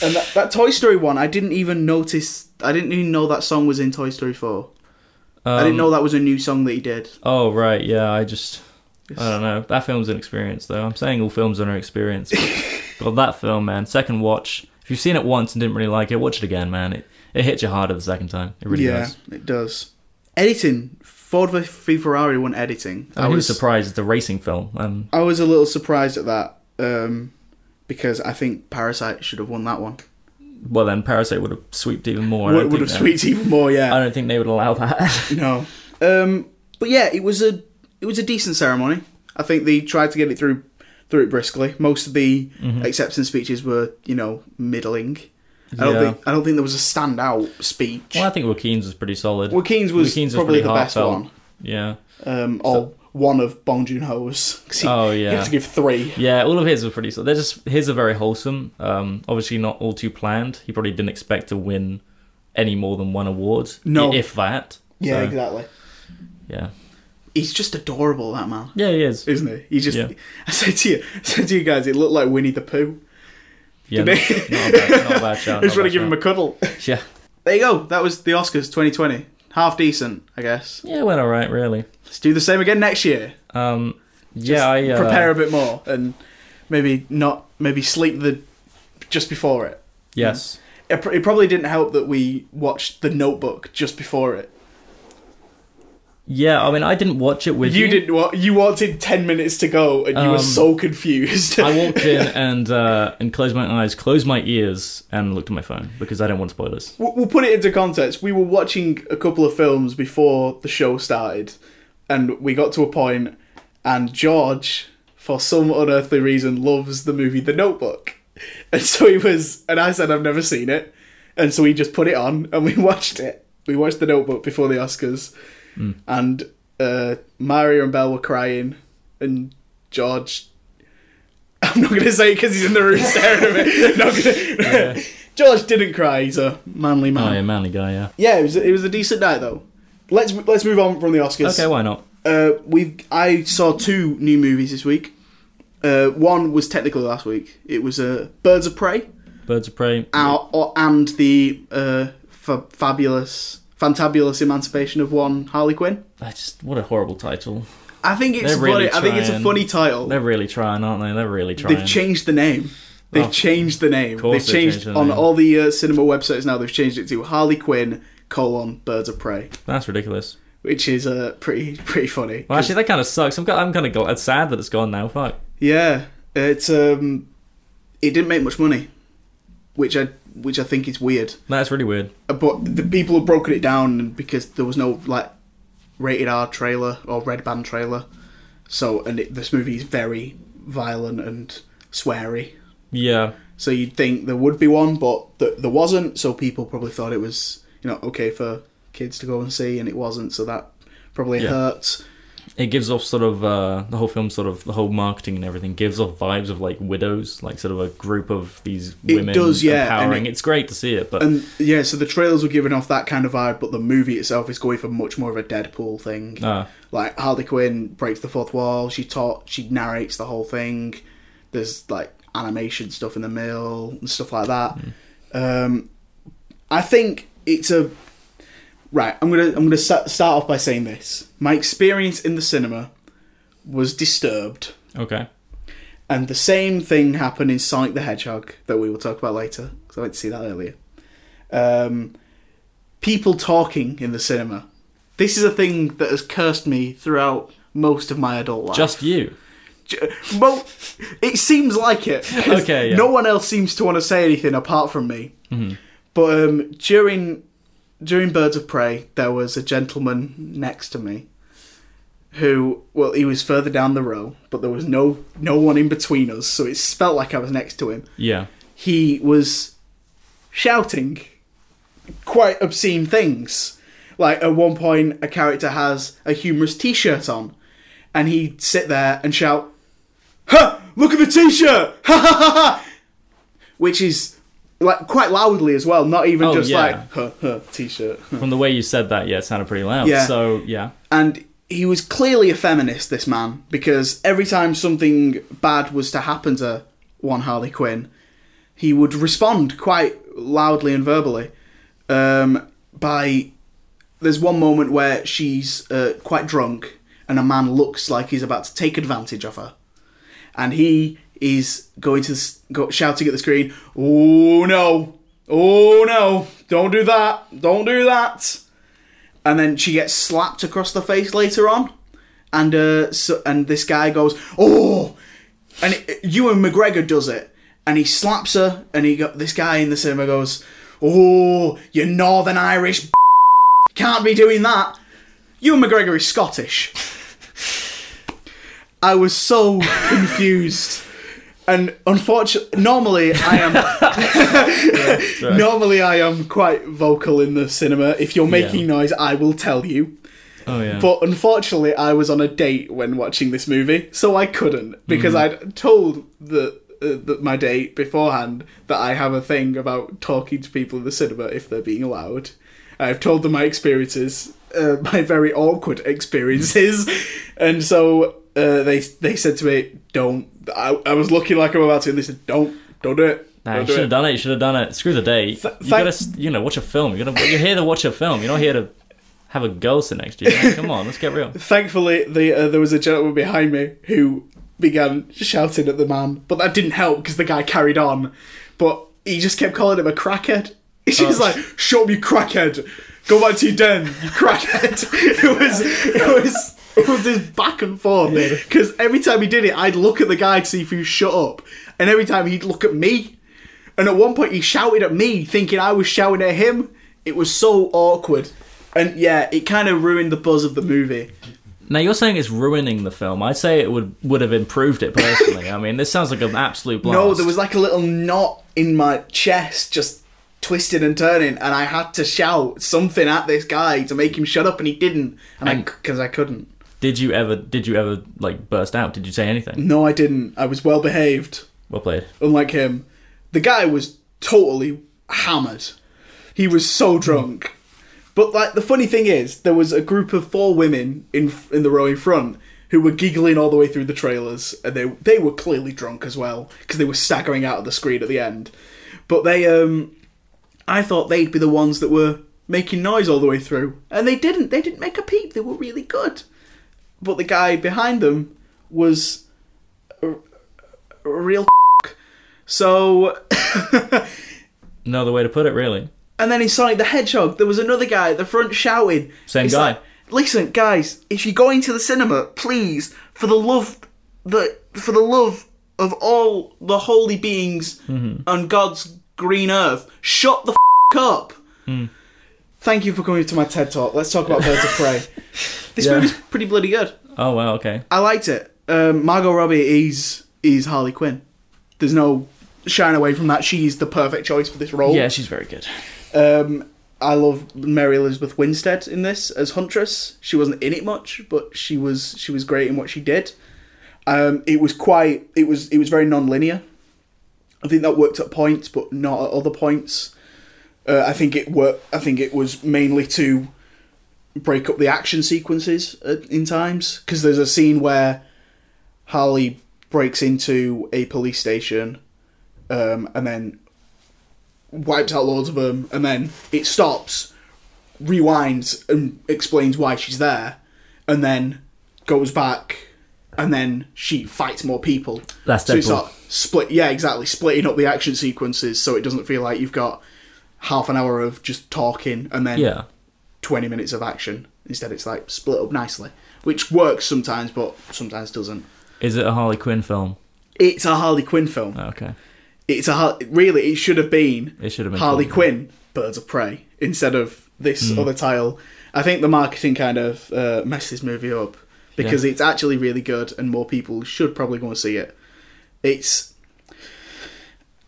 A: And that, that Toy Story one, I didn't even notice. I didn't even know that song was in Toy Story four. I
B: Um,
A: didn't know that was a new song that he did.
B: Oh right, yeah. I just, I don't know. That film's an experience, though. I'm saying all films are an experience. but- God, that film, man. Second watch. If you've seen it once and didn't really like it, watch it again, man. It it hits you harder the second time. It really
A: yeah,
B: does.
A: it does. Editing Ford v Ferrari won editing.
B: I, was surprised. It's a racing film. Um,
A: I was a little surprised at that um, because I think Parasite should have won that one.
B: well, then Parasite would have sweeped even more. I
A: Would,
B: don't
A: would have
B: think that-
A: sweet even more,
B: I
A: yeah.
B: don't think they would allow that.
A: No, um, but yeah, it was a it was a decent ceremony. I think they tried to get it through through it briskly. Most of the
B: Mm-hmm.
A: acceptance speeches were, you know, middling. I don't
B: Yeah.
A: think I don't think there was a standout speech.
B: well, I think Joaquin's was pretty solid.
A: Joaquin's was
B: Joaquin's
A: probably
B: pretty
A: the best
B: heartfelt.
A: one,
B: Yeah.
A: um, or one of Bong Joon Ho's.
B: Oh,
A: you have
B: yeah.
A: to give three.
B: Yeah, all of his were pretty. So they're just his are very wholesome. Um, obviously not all too planned. He probably didn't expect to win any more than one award.
A: No.
B: i- if that.
A: Yeah,
B: So,
A: exactly.
B: Yeah,
A: He's just adorable, that man.
B: yeah, he is.
A: isn't it? He just.
B: Yeah.
A: I said to you, I said to you guys, it looked like Winnie the Pooh.
B: Yeah, not,
A: Did
B: not a bad, not a bad shout.
A: I just
B: not
A: want to
B: a
A: give him a
B: bad
A: cuddle.
B: shout. Yeah,
A: there you go. That was the Oscars 2020. Half decent, I guess.
B: yeah, it went all right, really.
A: Let's do the same again next year.
B: Um, yeah, I uh,
A: Prepare a bit more and maybe not. Maybe sleep the just before it.
B: Yes,
A: It, pr- it probably didn't help that we watched The Notebook just before it.
B: Yeah, I mean, I didn't watch it with you.
A: You didn't want. You wanted ten minutes to go, and you were
B: Um,
A: so confused.
B: I walked in and uh, and closed my eyes, closed my ears, and looked at my phone because I didn't want spoilers.
A: We'll we'll put it into context. We were watching a couple of films before the show started, and we got to a point, and George, for some unearthly reason, loves the movie The Notebook, and so he was, and I said I've never seen it, and so he just put it on, and we watched it. We watched The Notebook before the Oscars, and uh, Mario and Belle were crying, and George. I'm not going to say because he's in the room staring at me. Not gonna... George didn't cry. He's a manly man.
B: Oh, yeah, manly guy, yeah.
A: Yeah, it was it was a decent night though. Let's let's move on from the Oscars.
B: Okay, why not?
A: Uh, we've I saw two new movies this week. Uh, one was technically last week. It was uh, Birds of Prey
B: Birds of Prey.
A: our, or, and the uh, fa- fabulous, fantabulous emancipation of one Harley Quinn.
B: I just what a horrible title.
A: I think it's
B: They're really
A: funny. I think it's a
B: trying.
A: funny title.
B: They're really trying, aren't they? They're really trying.
A: They've changed the name. They've
B: Oh,
A: changed the name. They've
B: course
A: changed,
B: they've changed the
A: on
B: name.
A: all the uh, cinema websites now. They've changed it to Harley Quinn colon Birds of Prey,
B: That's ridiculous.
A: which is uh, pretty pretty funny.
B: Well, actually, that kind of sucks. I'm, ki- I'm kind of glad, sad that it's gone now. Fuck.
A: Yeah, it's um, it didn't make much money, which I which I think is weird.
B: That's really weird.
A: Uh, But the people have broken it down because there was no like rated R trailer or red band trailer, so and it, this movie is very violent and sweary.
B: Yeah.
A: So you'd think there would be one, but th- there wasn't. So people probably thought it was you know okay for kids to go and see, and it wasn't. So that probably
B: Yeah.
A: hurts.
B: It gives off sort of uh, the whole film, sort of the whole marketing and everything gives off vibes of like widows, like sort of a group of these women
A: does, yeah, and
B: empowering.
A: it-
B: it's great to see it, but
A: And yeah, so the trailers were giving off that kind of vibe, but the movie itself is going for much more of a Deadpool thing.
B: Ah.
A: Like Harley Quinn breaks the fourth wall. She taught. She narrates the whole thing. There's like animation stuff in the middle and stuff like that. Um, I think it's a right. I'm gonna I'm gonna sa- start off by saying this. My experience in the cinema was disturbed,
B: okay.
A: and the same thing happened in Sonic the Hedgehog that we will talk about later because I went to see that earlier um, people talking in the cinema. This is a thing that has cursed me throughout most of my adult life.
B: Just you.
A: J- well, it seems like it. 'cause
B: Okay, yeah. Mm-hmm.
A: No one else seems to want to say anything apart from me. But um, during during Birds of Prey, there was a gentleman next to me who, well, he was further down the row, but there was no no one in between us, so it felt like I was next to him
B: Yeah.
A: he was shouting quite obscene things. Like at one point, a character has a humorous T-shirt on, and he'd sit there and shout, "Ha! Look at the T-shirt! Ha ha ha ha!" Which is like quite loudly as well, not even
B: Oh,
A: just
B: yeah.
A: like "Ha ha T-shirt."
B: From the way you said that, yeah, it sounded pretty loud.
A: Yeah.
B: So yeah.
A: and he was clearly a feminist, this man, because every time something bad was to happen to one Harley Quinn, he would respond quite loudly and verbally. Um, by there's one moment where she's uh, quite drunk, and a man looks like he's about to take advantage of her, and he is going to s- go, shouting at the screen, "Oh no! Oh no! Don't do that! Don't do that!" and then she gets slapped across the face later on, and uh, so, and this guy goes, "Oh," and it, Ewan McGregor does it, and he slaps her, and he got this guy in the cinema goes, "Oh, you Northern Irish, b- can't be doing that." Ewan McGregor is Scottish. I was so confused. And unfortunately, normally I am. normally I am quite vocal in the cinema. If you're making noise, I will tell you.
B: Oh yeah.
A: But unfortunately, I was on a date when watching this movie, so I couldn't because
B: Mm-hmm.
A: I'd told the, uh, the my date beforehand that I have a thing about talking to people in the cinema if they're being allowed. I've told them my experiences, uh, my very awkward experiences, and so uh, they they said to me, "Don't." I, I was looking like I'm about to, and they said, "Don't, don't do it."
B: Nah,
A: don't
B: you
A: do
B: should have
A: it."
B: done it. You should have done it. Screw the day. you
A: thank-
B: gotta, s- you know, watch a film. You're gonna, you're here to watch a film. You're not here to have a girl sit next to you. man. Come on, let's get real.
A: Thankfully, the, uh, there was a gentleman behind me who began shouting at the man, but that didn't help because the guy carried on. But he just kept calling him a crackhead. He's just like, "Show me crackhead, Go back to your den, you crackhead. It was, it was, it was this back and forth because every time he did it, I'd look at the guy to see if he would shut up, and every time he'd look at me. And at one point, he shouted at me, thinking I was shouting at him. It was so awkward, and yeah, it kind of ruined the buzz of the movie.
B: Now you're saying it's ruining the film. I'd say it would would have improved it personally. I mean, this sounds like an absolute blast.
A: No, Oh, there was like a little knot in my chest, just twisting and turning, and I had to shout something at this guy to make him shut up, and he didn't, and, I because I couldn't.
B: Did you ever? Did you ever like burst out? Did you say anything?
A: No, I didn't. I was well behaved,
B: Well played.
A: unlike him. The guy was totally hammered. He was so drunk. But like the funny thing is, there was a group of four women in in the row in front who were giggling all the way through the trailers, and they they were clearly drunk as well because they were staggering out of the screen at the end. But they, um, I thought they'd be the ones that were making noise all the way through, and they didn't. They didn't make a peep. They were really good. But the guy behind them was a, a real. So
B: No other way to put it, really.
A: And then in Sonic the Hedgehog, there was another guy at the front shouting.
B: Same
A: It's
B: guy.
A: like, Listen, guys, if you're going to the cinema, please, for the love, the for the love of all the holy beings
B: Mm-hmm.
A: on God's green earth, shut the f- up.
B: Hmm.
A: Thank you for coming to my TED talk. Let's talk about Birds of Prey. This movie's pretty bloody good.
B: Oh wow, okay.
A: I liked it. Um, Margot Robbie is is Harley Quinn. There's no shying away from that. She's the perfect choice for this role.
B: Yeah, she's very good.
A: Um, I love Mary Elizabeth Winstead in this as Huntress. She wasn't in it much, but she was she was great in what she did. Um, it was quite it was it was very non-linear. I think that worked at points, but not at other points. Uh, I think it worked. I think it was mainly to break up the action sequences at, in times because there's a scene where Harley breaks into a police station, um, and then wipes out loads of them, and then it stops, rewinds, and explains why she's there, and then goes back, and then she fights more people.
B: That's
A: so it's
B: Deadpool.
A: like split. Yeah, exactly. Splitting up the action sequences so it doesn't feel like you've got half an hour of just talking and then
B: Yeah.
A: 20 minutes of action. Instead, it's like split up nicely, which works sometimes, but sometimes doesn't.
B: Is it a Harley Quinn film?
A: It's a Harley Quinn film.
B: Okay.
A: It's a Har- really. It should have been.
B: It should have been Mm.
A: Harley
B: called-
A: Quinn, Birds of Prey, instead of this other title. I think the marketing kind of uh, messed this movie up because it's actually really good, and more people should probably go and see it. It's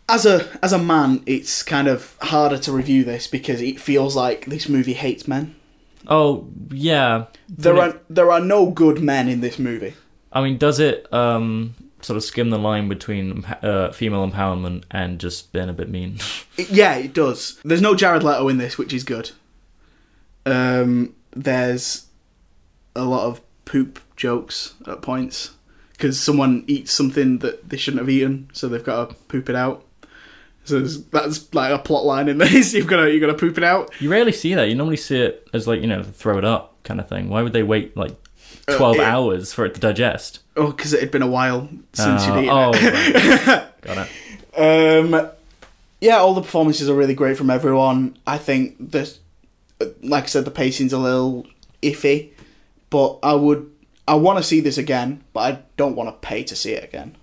A: as a as a man, it's kind of harder to review this because it feels like this movie hates men.
B: Oh yeah.
A: There are there are no good men in this movie.
B: I mean, does it um sort of skim the line between uh, female empowerment and just being a bit mean?
A: It- yeah, it does. There's no Jared Leto in this, which is good. Um, there's a lot of poop jokes at points because someone eats something that they shouldn't have eaten, so they've got to poop it out. So there's- that's like a plot line in this. You've got to you've got to poop it out.
B: you rarely see that. You normally see it as like you know throw it up kind of thing. Why would they wait like twelve
A: yeah.
B: hours for it to digest?
A: Oh, because it had been a while since
B: Uh,
A: you'd eaten it.
B: oh, right. got it.
A: Um, yeah, all the performances are really great from everyone. I think the, like I said, the pacing's a little iffy, but I would, I want to see this again, but I don't want to pay to see it again.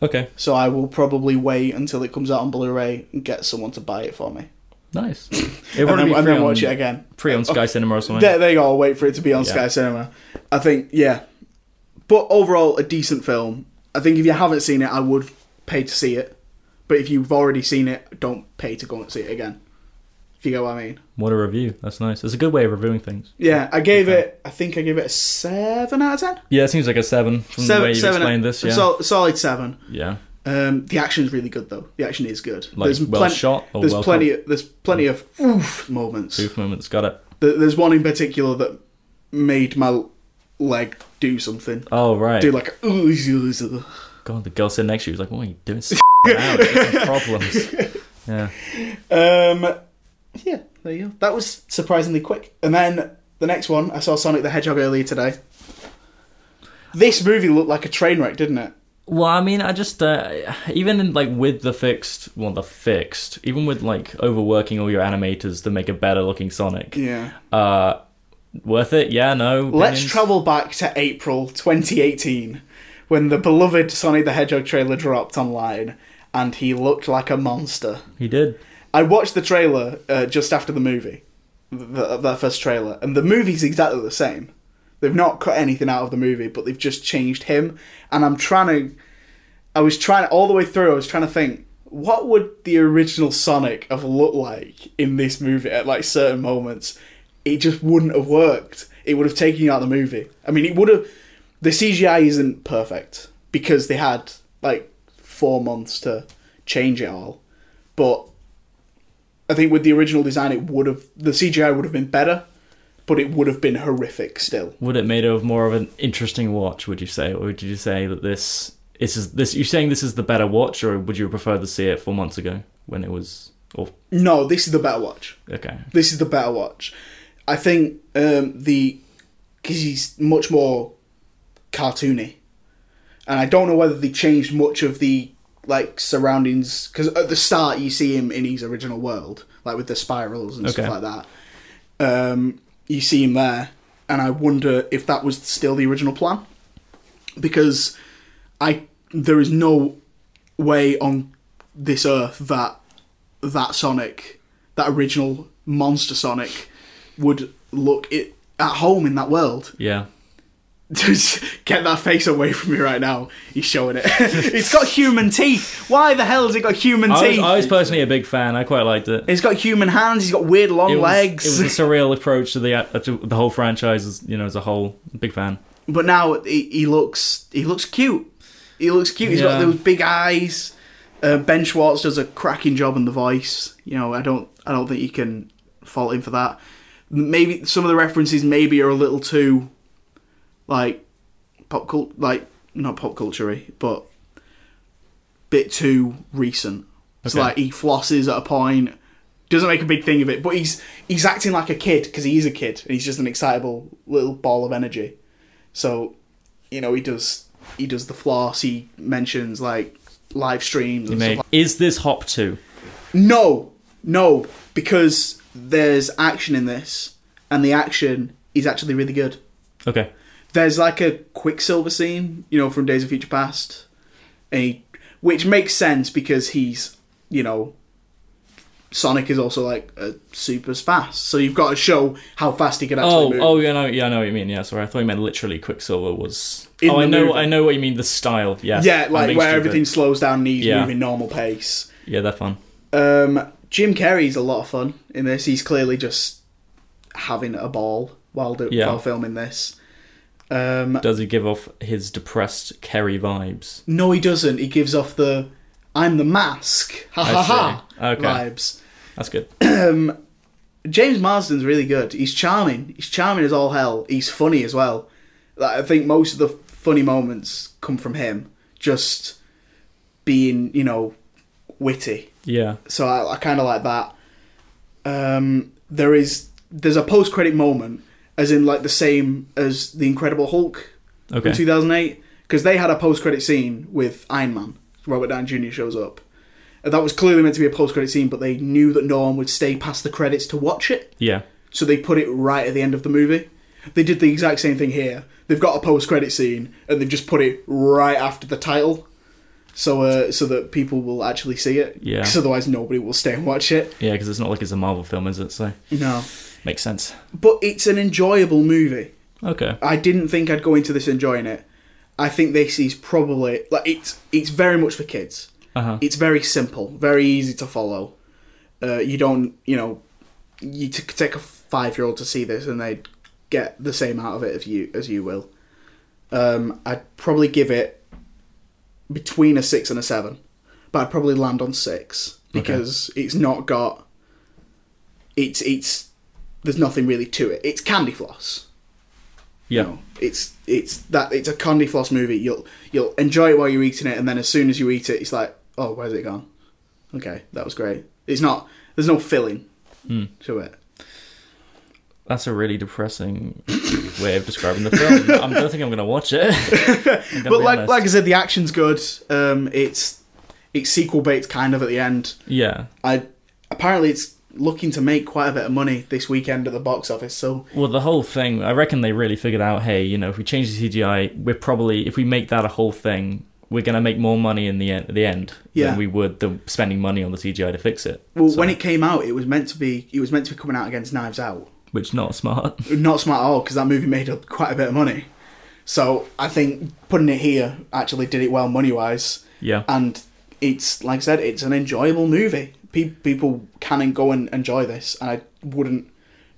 B: Okay,
A: So I will probably wait until it comes out on Blu-ray and get someone to buy it for me,
B: nice. It
A: and
B: would
A: then,
B: be
A: and
B: free
A: then
B: on,
A: watch it again.
B: Free on Sky Cinema or something.
A: There, there you go. I'll wait for it to be on Sky Cinema. I think, yeah. But overall, a decent film. I think if you haven't seen it, I would pay to see it. But if you've already seen it, don't pay to go and see it again. If you get what I mean.
B: What a review. That's nice. It's a good way of reviewing things.
A: Yeah, I gave it. I think I gave it a seven out of ten.
B: Yeah, it seems like a seven from
A: Seven,
B: the way Mm, you've
A: seven-
B: explained this. Yeah,
A: sol- solid seven.
B: yeah.
A: Um, the action's really good though. The action is good.
B: Like, well shot or
A: there's
B: well
A: plenty. There's plenty of oof moments.
B: Oof moments. Got it.
A: There- There's one in particular that made my leg do something.
B: Oh right.
A: do like a ooh, ooh, ooh, ooh.
B: God, the girl sitting next to you was like, "What are you doing? S- out. It's some problems." Yeah.
A: um yeah there you go that was surprisingly quick and then the next one i saw sonic the hedgehog earlier today this movie looked like a train wreck didn't it
B: Well, I mean, I just uh, even in, like with the fixed, well, the fixed, even with like overworking all your animators to make a better looking Sonic.
A: Yeah.
B: Uh, worth it? Yeah, no.
A: Let's
B: opinions?
A: travel back to April 2018 when the beloved Sonic the Hedgehog trailer dropped online and he looked like a monster.
B: He did.
A: I watched the trailer uh, just after the movie, the, that first trailer, and the movie's exactly the same. They've not cut anything out of the movie, but they've just changed him. And I'm trying to, I was trying all the way through. I was trying to think, what would the original Sonic have looked like in this movie at like certain moments? It just wouldn't have worked. It would have taken you out of the movie. I mean, it would have. The CGI isn't perfect because they had like four months to change it all, but I think with the original design, it would have the CGI would have been better, but it would have been horrific still.
B: Would it made of more of an interesting watch? Would you say, or would you say that this this is this? You're saying this is the better watch, or would you prefer to see it four months ago when it was? Or
A: No, this is the better watch.
B: okay,
A: This is the better watch. I think um, the because he's much more cartoony, and I don't know whether they changed much of the like surroundings because at the start you see him in his original world, like with the spirals and
B: Okay.
A: stuff like that. Um, you see him there, and I wonder if that was still the original plan. because I there is no way on this earth that that Sonic, that original monster Sonic, would look it at home in that world.
B: yeah.
A: Just get that face away from me right now. He's showing it. it's got human teeth. Why the hell has it got human
B: I was,
A: teeth?
B: I was personally a big fan. I quite liked it.
A: It's got human hands. He's got weird long
B: It was,
A: legs.
B: It was a surreal approach to the uh, to the whole franchise, as you know, as a whole. Big fan.
A: but now he, he looks he looks cute. He looks cute. He's got
B: Yeah.
A: those big eyes. Uh, ben Schwartz does a cracking job in the voice. You know, I don't I don't think you can fault him for that. Maybe some of the references maybe are a little too like pop cult like not pop culture but bit too recent. It's
B: Okay.
A: like he flosses at a point, doesn't make a big thing of it, but he's he's acting like a kid because he is a kid and he's just an excitable little ball of energy. So, you know, he does he does the floss. He mentions like live streams and stuff.
B: Mate, is this Hop Two?
A: No, no, because there's action in this, and the action is actually really good.
B: Okay.
A: There's like a Quicksilver scene, you know, from Days of Future Past, and he, which makes sense because he's, you know, Sonic is also like a super fast, so you've got to show how fast he can actually
B: Oh,
A: move.
B: oh, yeah, no, yeah, I know what you mean. Yeah, sorry, I thought you meant literally Quicksilver was.
A: In
B: oh, I
A: the
B: know,
A: movie.
B: I know what you mean. The style, yeah,
A: yeah,
B: I'm
A: like
B: being
A: where
B: stupid.
A: everything slows down and he's
B: Yeah.
A: moving normal pace.
B: Yeah, they're fun.
A: Um, Jim Carrey's a lot of fun in this. He's clearly just having a ball while do-
B: Yeah.
A: while filming this. Um,
B: Does he give off his depressed Kerry vibes?
A: no, he doesn't. He gives off the "I'm the mask," ha ha ha
B: see. Okay.
A: vibes.
B: That's good.
A: James Marsden's really good. He's charming. He's charming as all hell. He's funny as well. Like, I think most of the funny moments come from him just being, you know, witty.
B: Yeah,
A: so I, I kind of like that. Um, there is there's a post credit moment, as in like the same as the Incredible Hulk
B: Okay.
A: in 2008, because they had a post credit scene with Iron Man. Robert Downey Jr. shows up. And that was clearly meant to be a post credit scene, but they knew that no one would stay past the credits to watch it,
B: yeah.
A: so they put it right at the end of the movie. They did the exact same thing here. They've got a post credit scene, and they've just put it right after the title. So, uh, so that people will actually see it.
B: Yeah.
A: Because otherwise, nobody will stay and watch it.
B: Yeah, because it's not like it's a Marvel film, is it? So
A: No.
B: makes sense.
A: But it's an enjoyable movie.
B: Okay.
A: I didn't think I'd go into this enjoying it. I think this is probably like it's it's very much for kids.
B: Uh huh.
A: It's very simple, very easy to follow. Uh, you don't, you know, you t- take a five-year-old to see this and they'd get the same out of it as you as you will. Um, I'd probably give it between a six and a seven, but I'd probably land on six because it's not got. It's it's there's nothing really to it. It's candy floss.
B: Yeah.
A: No, it's it's that it's a candy floss movie. You'll you'll enjoy it while you're eating it, and then as soon as you eat it, it's like, oh, where's it gone?
B: Hmm.
A: Okay, that was great. It's not. There's no filling to it.
B: That's a really depressing way of describing the film. I don't think I'm going to watch it. I'm gonna
A: But
B: be
A: like
B: honest.
A: like I said, the action's good. Um, it's it's sequel bait kind of at the end.
B: yeah.
A: I apparently it's looking to make quite a bit of money this weekend at the box office. So
B: Well, the whole thing, I reckon they really figured out, hey, you know, if we change the CGI, we're probably if we make that a whole thing, we're going to make more money in the end, the end
A: Yeah.
B: than we would the spending money on the CGI to fix it.
A: well, when it came out, it was meant to be it was meant to be coming out against Knives Out.
B: Which not smart.
A: Not smart at all because that movie made up quite a bit of money. So I think putting it here actually did it well money wise.
B: yeah.
A: and it's like I said, it's an enjoyable movie. Pe- people can and go and enjoy this, and I wouldn't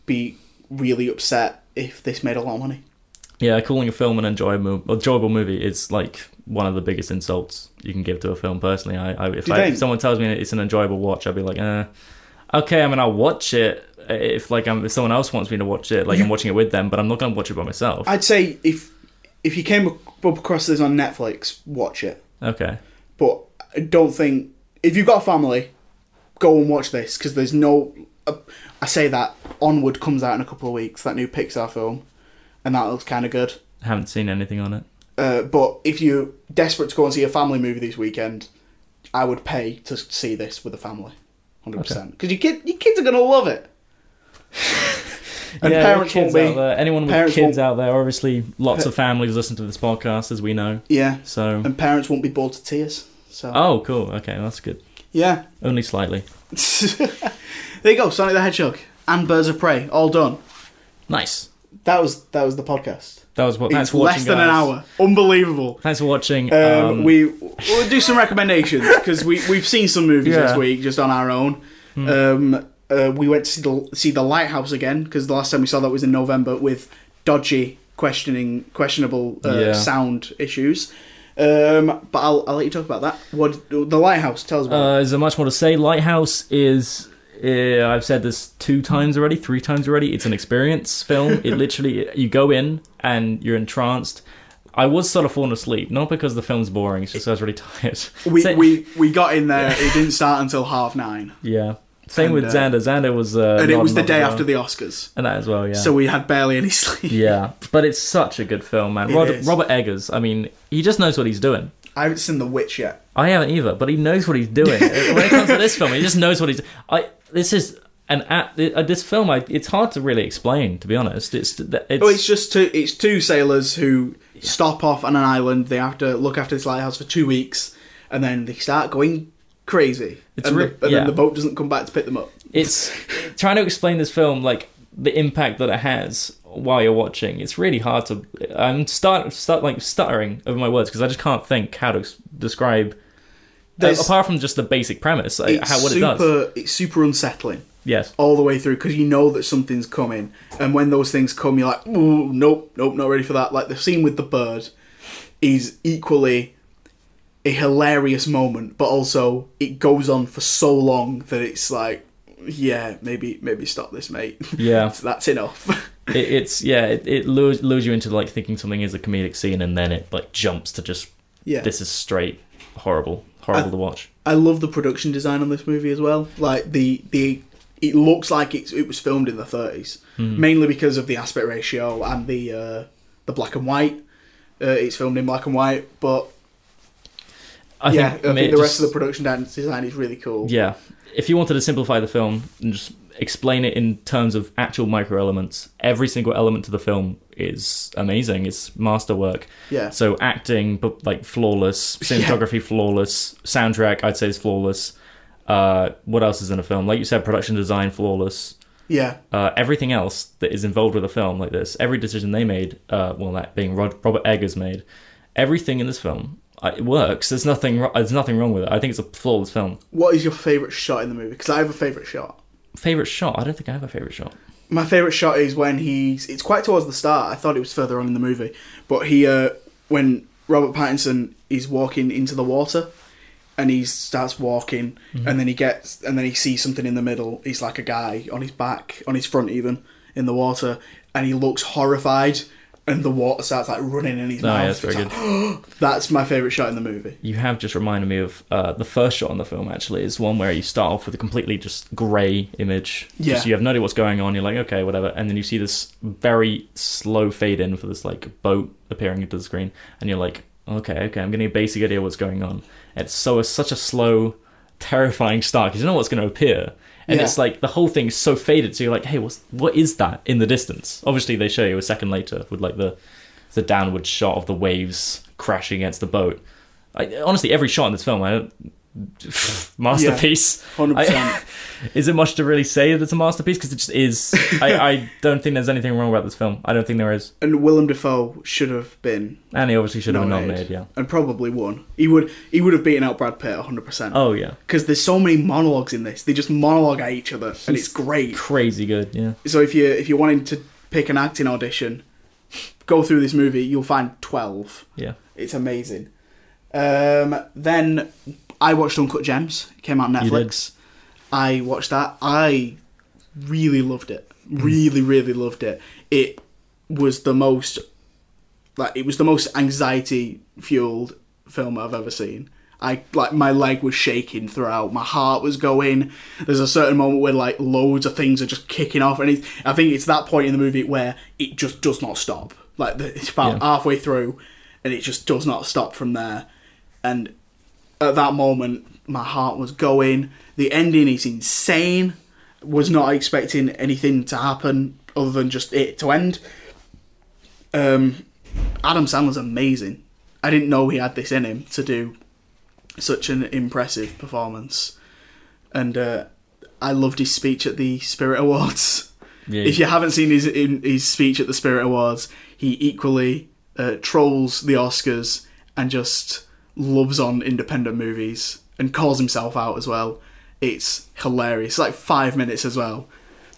A: be really upset if this made a lot of money.
B: Yeah, calling a film an enjoyable enjoyable movie is like one of the biggest insults you can give to a film. Personally, I, I if,
A: Do you
B: I, if
A: think?
B: someone tells me it's an enjoyable watch, I'd be like, eh, okay, I mean, I'll watch it if like I'm, if someone else wants me to watch it, like I'm watching it with them, but I'm not gonna watch it by myself.
A: I'd say if if you came ac- up across this on Netflix, watch it.
B: okay,
A: But I don't think if you've got a family, go and watch this because there's no. Uh, I say that Onward comes out in a couple of weeks, that new Pixar film, and that looks kind of good.
B: I haven't seen anything on it.
A: Uh, but if you're desperate to go and see a family movie this weekend, I would pay to see this with a family, hundred percent. Because your kid, your kids are gonna love it. and
B: yeah,
A: parents won't
B: kids out
A: be.
B: there, anyone with
A: parents
B: kids
A: won't-
B: out there, obviously, lots of families listen to this podcast, as we know.
A: Yeah,
B: So,
A: and parents won't be bored to tears. So
B: oh, cool. Okay, that's good.
A: yeah,
B: Only slightly.
A: there you go. Sonic the Hedgehog and Birds of Prey, all done.
B: Nice.
A: That was that was the podcast.
B: That was what. That's
A: it's less than an hour. Unbelievable.
B: Thanks for watching.
A: Um,
B: um,
A: we we'll do some recommendations because we we've seen some movies
B: Yeah. Hmm.
A: this week just on our own. Um, uh, we went to see the see the Lighthouse again because the last time we saw that was in November with dodgy questioning questionable uh,
B: Yeah.
A: sound issues. Um, but I'll, I'll let you talk about that. What the Lighthouse tells about?
B: Uh, is there much more to say? Lighthouse is. Uh, I've said this two times already, three times already. It's an experience film. It literally, you go in and you're entranced. I was sort of falling asleep, not because the film's boring. It's just I was really tired.
A: we,
B: Sa-
A: we we got in there. It didn't start until half nine,
B: yeah. Same
A: And,
B: with
A: uh,
B: Xander. Xander was. Uh,
A: and it
B: nodding
A: was the
B: off
A: day
B: as well.
A: after the Oscars,
B: And that as well, yeah.
A: so we had barely any sleep.
B: yeah, but it's such a good film, man.
A: It
B: Rod-
A: is.
B: Robert Eggers. I mean, he just knows what he's doing.
A: I haven't seen The Witch yet.
B: I haven't either, but he knows what he's doing. when it comes to this film, he just knows what he's. I this is an at this film. I, it's hard to really explain, to be honest. It's it's,
A: Well, it's just two. It's two sailors who stop off on an island. They have to look after this lighthouse for two weeks, and then they start going crazy.
B: It's
A: and,
B: re-
A: the, and
B: yeah.
A: then the boat doesn't come back to pick them up.
B: it's trying to explain this film like the impact that it has while you're watching it's really hard to i'm start, start like stuttering over my words because i just can't think how to ex- describe uh,
A: There's-
B: apart from just the basic premise like,
A: It's
B: how what
A: super.
B: it does
A: It's super unsettling
B: yes
A: all the way through because you know that something's coming, and when those things come, you're like, Ooh, nope, nope, not ready for that. Like the scene with the bird is equally a hilarious moment, but also it goes on for so long that it's like, yeah, maybe maybe stop this, mate.
B: yeah
A: So that's enough.
B: it, it's yeah it, it lures, lures you into like thinking something is a comedic scene and then it like jumps to just
A: Yeah.
B: this is straight horrible horrible to watch
A: I love the production design on this movie as well. Like the the it looks like it's it was filmed in the 30s, mainly because of the aspect ratio and the uh, the black and white. Uh, it's filmed in black and white, but
B: i
A: yeah, I
B: it
A: think the rest
B: just-
A: of the production dan- design is really cool.
B: yeah if you wanted to simplify the film and just explain it in terms of actual micro elements every single element to the film is amazing it's masterwork
A: Yeah.
B: so acting but like flawless cinematography flawless soundtrack i'd say is flawless uh what else is in a film like you said production design flawless
A: yeah,
B: uh, everything else that is involved with a film like this, every decision they made, uh, well, that being Rod- Robert Eggers made, everything in this film, uh, it works. There's nothing, wro- there's nothing wrong with it. I think it's a flawless film.
A: What is your favorite shot in the movie? Because I have a favorite shot.
B: Favorite shot? I don't think I have a favorite shot.
A: My favorite shot is when he's. It's quite towards the start. I thought it was further on in the movie, but he uh, when Robert Pattinson is walking into the water, and he starts walking,
B: Mm-hmm.
A: and then he gets and then he sees something in the middle. He's like a guy on his back, on his front even in the water, and he looks horrified. and the water starts like running in his
B: Oh,
A: mouth.
B: yeah, that's very
A: It's like, that's my favorite shot in the movie.
B: You have just reminded me of uh, the first shot in the film. Actually, is one where you start off with a completely just grey image.
A: Yeah.
B: Just you have no idea what's going on. You're like, okay, whatever, and then you see this very slow fade in for this like boat appearing into the screen, and you're like, okay, okay, I'm getting a basic idea what's going on. It's so it's such a slow, terrifying start because you don't know what's going to appear, and
A: Yeah.
B: it's like the whole thing's so faded. So you're like, hey, what's what is that in the distance? Obviously, they show you a second later with like the the downward shot of the waves crashing against the boat. I, honestly, every shot in this film, I don't, masterpiece.
A: Hundred
B: I-
A: percent.
B: is it much to really say that it's a masterpiece? Because it just is. I, I don't think there's anything wrong about this film. I don't think there is.
A: And Willem Dafoe should have been
B: And he obviously should have been
A: nominated,
B: nominated. Yeah.
A: and probably won. He would he would have beaten out Brad Pitt hundred percent.
B: Oh yeah.
A: Because there's so many monologues in this, they just monologue at each other, and it's great.
B: Crazy good. Yeah.
A: So if you if you're wanting to pick an acting audition, go through this movie. You'll find twelve.
B: Yeah.
A: It's amazing. Um, then I watched Uncut Gems. It came out on
B: You did.
A: Netflix. I watched that. I really loved it.
B: Hmm.
A: Really, really loved it. It was the most like it was the most anxiety fueled film I've ever seen. I like my leg was shaking throughout. My heart was going. There's a certain moment where like loads of things are just kicking off, and it's, I think it's that point in the movie where it just does not stop. Like the, it's about
B: Yeah.
A: halfway through, and it just does not stop from there. And at that moment, my heart was going. The ending is insane. Was not expecting anything to happen other than just it to end. Um, Adam Sandler's amazing. I didn't know he had this in him to do such an impressive performance, and uh, I loved his speech at the Spirit Awards.
B: Yeah.
A: If you haven't seen his in, his speech at the Spirit Awards, he equally uh, trolls the Oscars and just loves on independent movies and calls himself out as well. It's hilarious. It's like five minutes as well,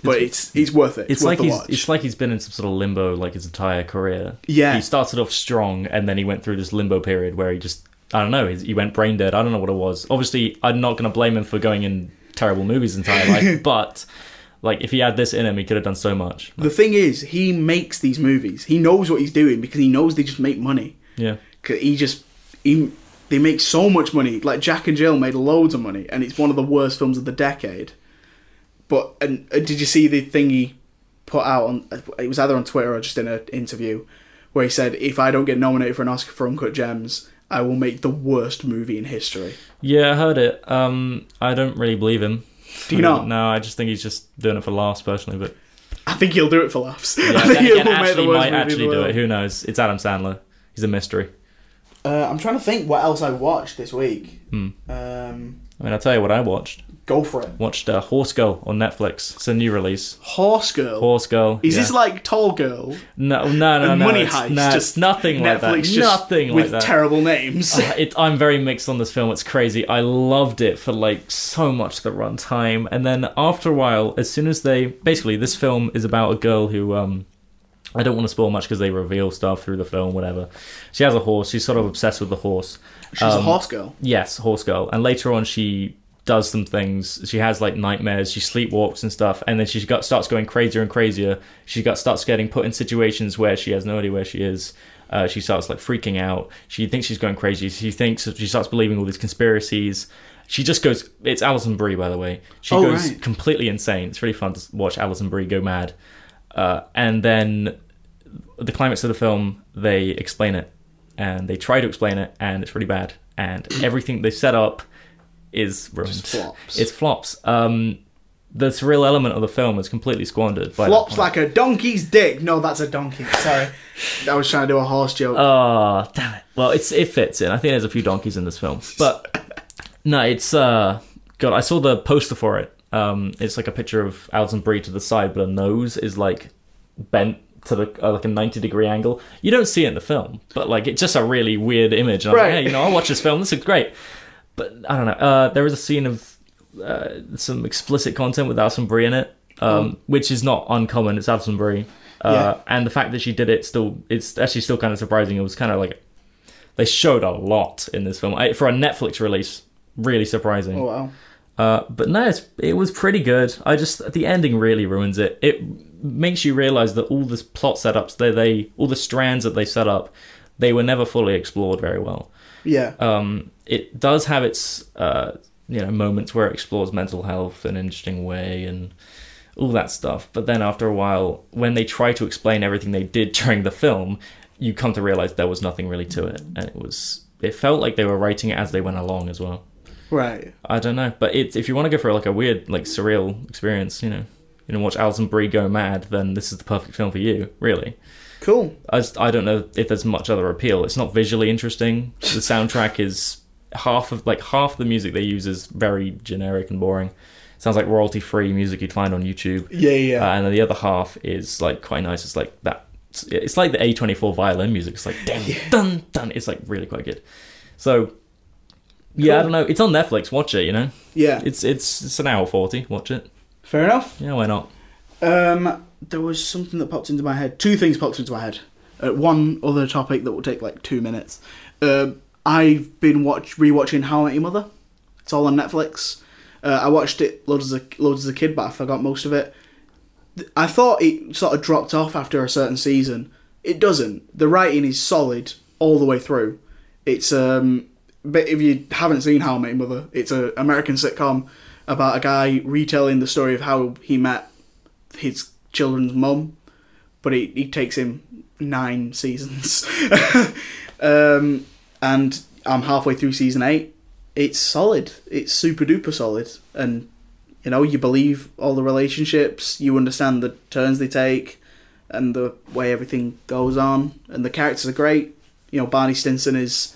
A: but it's it's, worth it. It's,
B: It's
A: worth
B: like
A: the
B: he's
A: watch.
B: it's like he's been in some sort of limbo like his entire career.
A: Yeah.
B: he started off strong and then he went through this limbo period where he just I don't know he's- he went brain dead. I don't know what it was. Obviously, I'm not going to blame him for going in terrible movies his entire life, but like if he had this in him, he could have done so much.
A: The thing is, he makes these movies. He knows what he's doing because he knows they just make money.
B: Yeah,
A: 'Cause He just he they make so much money. Like Jack and Jill made loads of money, and it's one of the worst films of the decade. But and, and did you see the thing he put out on? uh, It was either on Twitter or just in an interview where he said, "If I don't get nominated for an Oscar for Uncut Gems, I will make the worst movie in history."
B: yeah, I heard it. Um, I don't really believe him.
A: Do you not?
B: No, I just think he's just doing it for laughs personally. But
A: I think he'll do it for laughs.
B: yeah,
A: I think
B: then
A: he'll
B: again, actually, he might
A: movie in the
B: actually do
A: world.
B: it. Who knows? It's Adam Sandler. He's a mystery.
A: Uh, I'm trying to think what else I watched this week.
B: Hmm.
A: Um,
B: I mean, I'll tell you what I watched.
A: go for it.
B: watched uh, Horse Girl on Netflix. It's a new release.
A: Horse Girl.
B: Horse Girl.
A: Is
B: yeah.
A: this like Tall Girl?
B: no, no, no,
A: and
B: no?
A: Money
B: it's,
A: Heist?
B: no,
A: just
B: it's nothing like that.
A: Netflix just
B: nothing
A: with
B: like that. Oh,
A: terrible names.
B: Uh, it, I'm very mixed on this film. It's crazy. I loved it for like so much the runtime, and then after a while, as soon as they basically this film is about a girl who um. I don't want to spoil much because they reveal stuff through the film, whatever. She has a horse. She's sort of obsessed with the horse.
A: She's
B: um,
A: a horse girl.
B: Yes, horse girl. And later on, she does some things. She has like nightmares. She sleepwalks and stuff. And then she got starts going crazier and crazier. She got starts getting put in situations where she has no idea where she is. Uh, she starts like freaking out. She thinks she's going crazy. She thinks she starts believing all these conspiracies. She just goes. It's Alison Brie, by the way. She
A: Oh,
B: goes
A: right.
B: completely insane. It's really fun to watch Alison Brie go mad. Uh, and then the climax of the film, they explain it, and they try to explain it, and it's really bad, and everything they set up is ruined.
A: flops.
B: It's flops. Um, the surreal element of the film is completely squandered. By that
A: Flops
B: point.
A: like a donkey's dick. No, that's a donkey. Sorry, I was trying to do a horse joke.
B: Oh, damn it. Well, it's it fits in. I think there's a few donkeys in this film. But no, it's uh God, I saw the poster for it. Um it's like a picture of Alison Brie to the side, but her nose is like bent to the uh, like a 90 degree angle. You don't see it in the film, but like it's just a really weird image. And I'm
A: Right.
B: like, hey, you know, I'll watch this film. This looks great. But I don't know. Uh there is a scene of uh, some explicit content with Alison Brie in it, um, which is not uncommon. It's Alison Brie, uh, and the fact that she did it still it's actually still kind of surprising. It was kind of like they showed a lot in this film I, for a Netflix release. Really surprising.
A: oh wow.
B: Uh, but no, it's, it was pretty good. I just the ending really ruins it. It makes you realize that all the plot setups they they all the strands that they set up, they were never fully explored very well.
A: Yeah.
B: Um, it does have its uh, you know moments where it explores mental health in an interesting way and all that stuff. But then after a while, when they try to explain everything they did during the film, you come to realize there was nothing really to it, and it was it felt like they were writing it as they went along as well.
A: right.
B: I don't know, but it's if you want to go for like a weird, like surreal experience, you know, you know, watch Alison Brie go mad, then this is the perfect film for you, really.
A: Cool.
B: I just, I don't know if there's much other appeal. It's not visually interesting. The soundtrack is half of like half the music they use is very generic and boring. Sounds like royalty free music you'd find on YouTube.
A: Yeah, yeah.
B: Uh, and then the other half is like quite nice. It's like that. It's like the A24 violin music. It's like dun dun dun. It's like really quite good. So yeah, I
A: Cool.
B: don't know. It's on Netflix. Watch it. You know,
A: yeah.
B: it's it's it's an hour forty. Watch it.
A: Fair enough.
B: Yeah, why not?
A: Um, there was something that popped into my head. Two things popped into my head. Uh, one other topic that will take like two minutes. Um, I've been watch rewatching How I Met Your Mother. It's all on Netflix. Uh, I watched it loads as a loads as a kid, but I forgot most of it. Th- I thought it sort of dropped off after a certain season. It doesn't. The writing is solid all the way through. It's um, but if you haven't seen How I Met Your Mother, it's a American sitcom about a guy retelling the story of how he met his children's mum, but it, it takes him nine seasons. um, and I'm halfway through season eight. It's solid. It's super duper solid. And, you know, you believe all the relationships, you understand the turns they take, and the way everything goes on. And the characters are great. You know, Barney Stinson is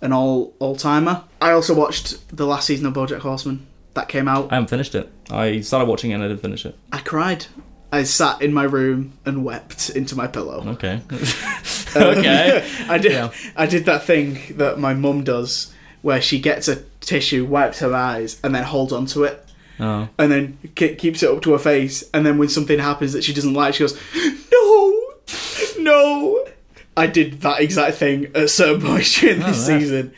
A: an all all timer. I also watched the last season of Bojack Horseman that came out.
B: I haven't finished it. I started watching it and I didn't finish it.
A: I cried. I sat in my room and wept into my pillow. Um,
B: Okay.
A: Uh,
B: okay.
A: I did.
B: Yeah.
A: I did that thing that my mum does, where she gets a tissue, wipes her eyes, and then holds onto it,
B: Oh.
A: and then ke- keeps it up to her face. And then when something happens that she doesn't like, she goes, "No, no." I did that exact thing at certain points during this
B: Oh, yeah.
A: season.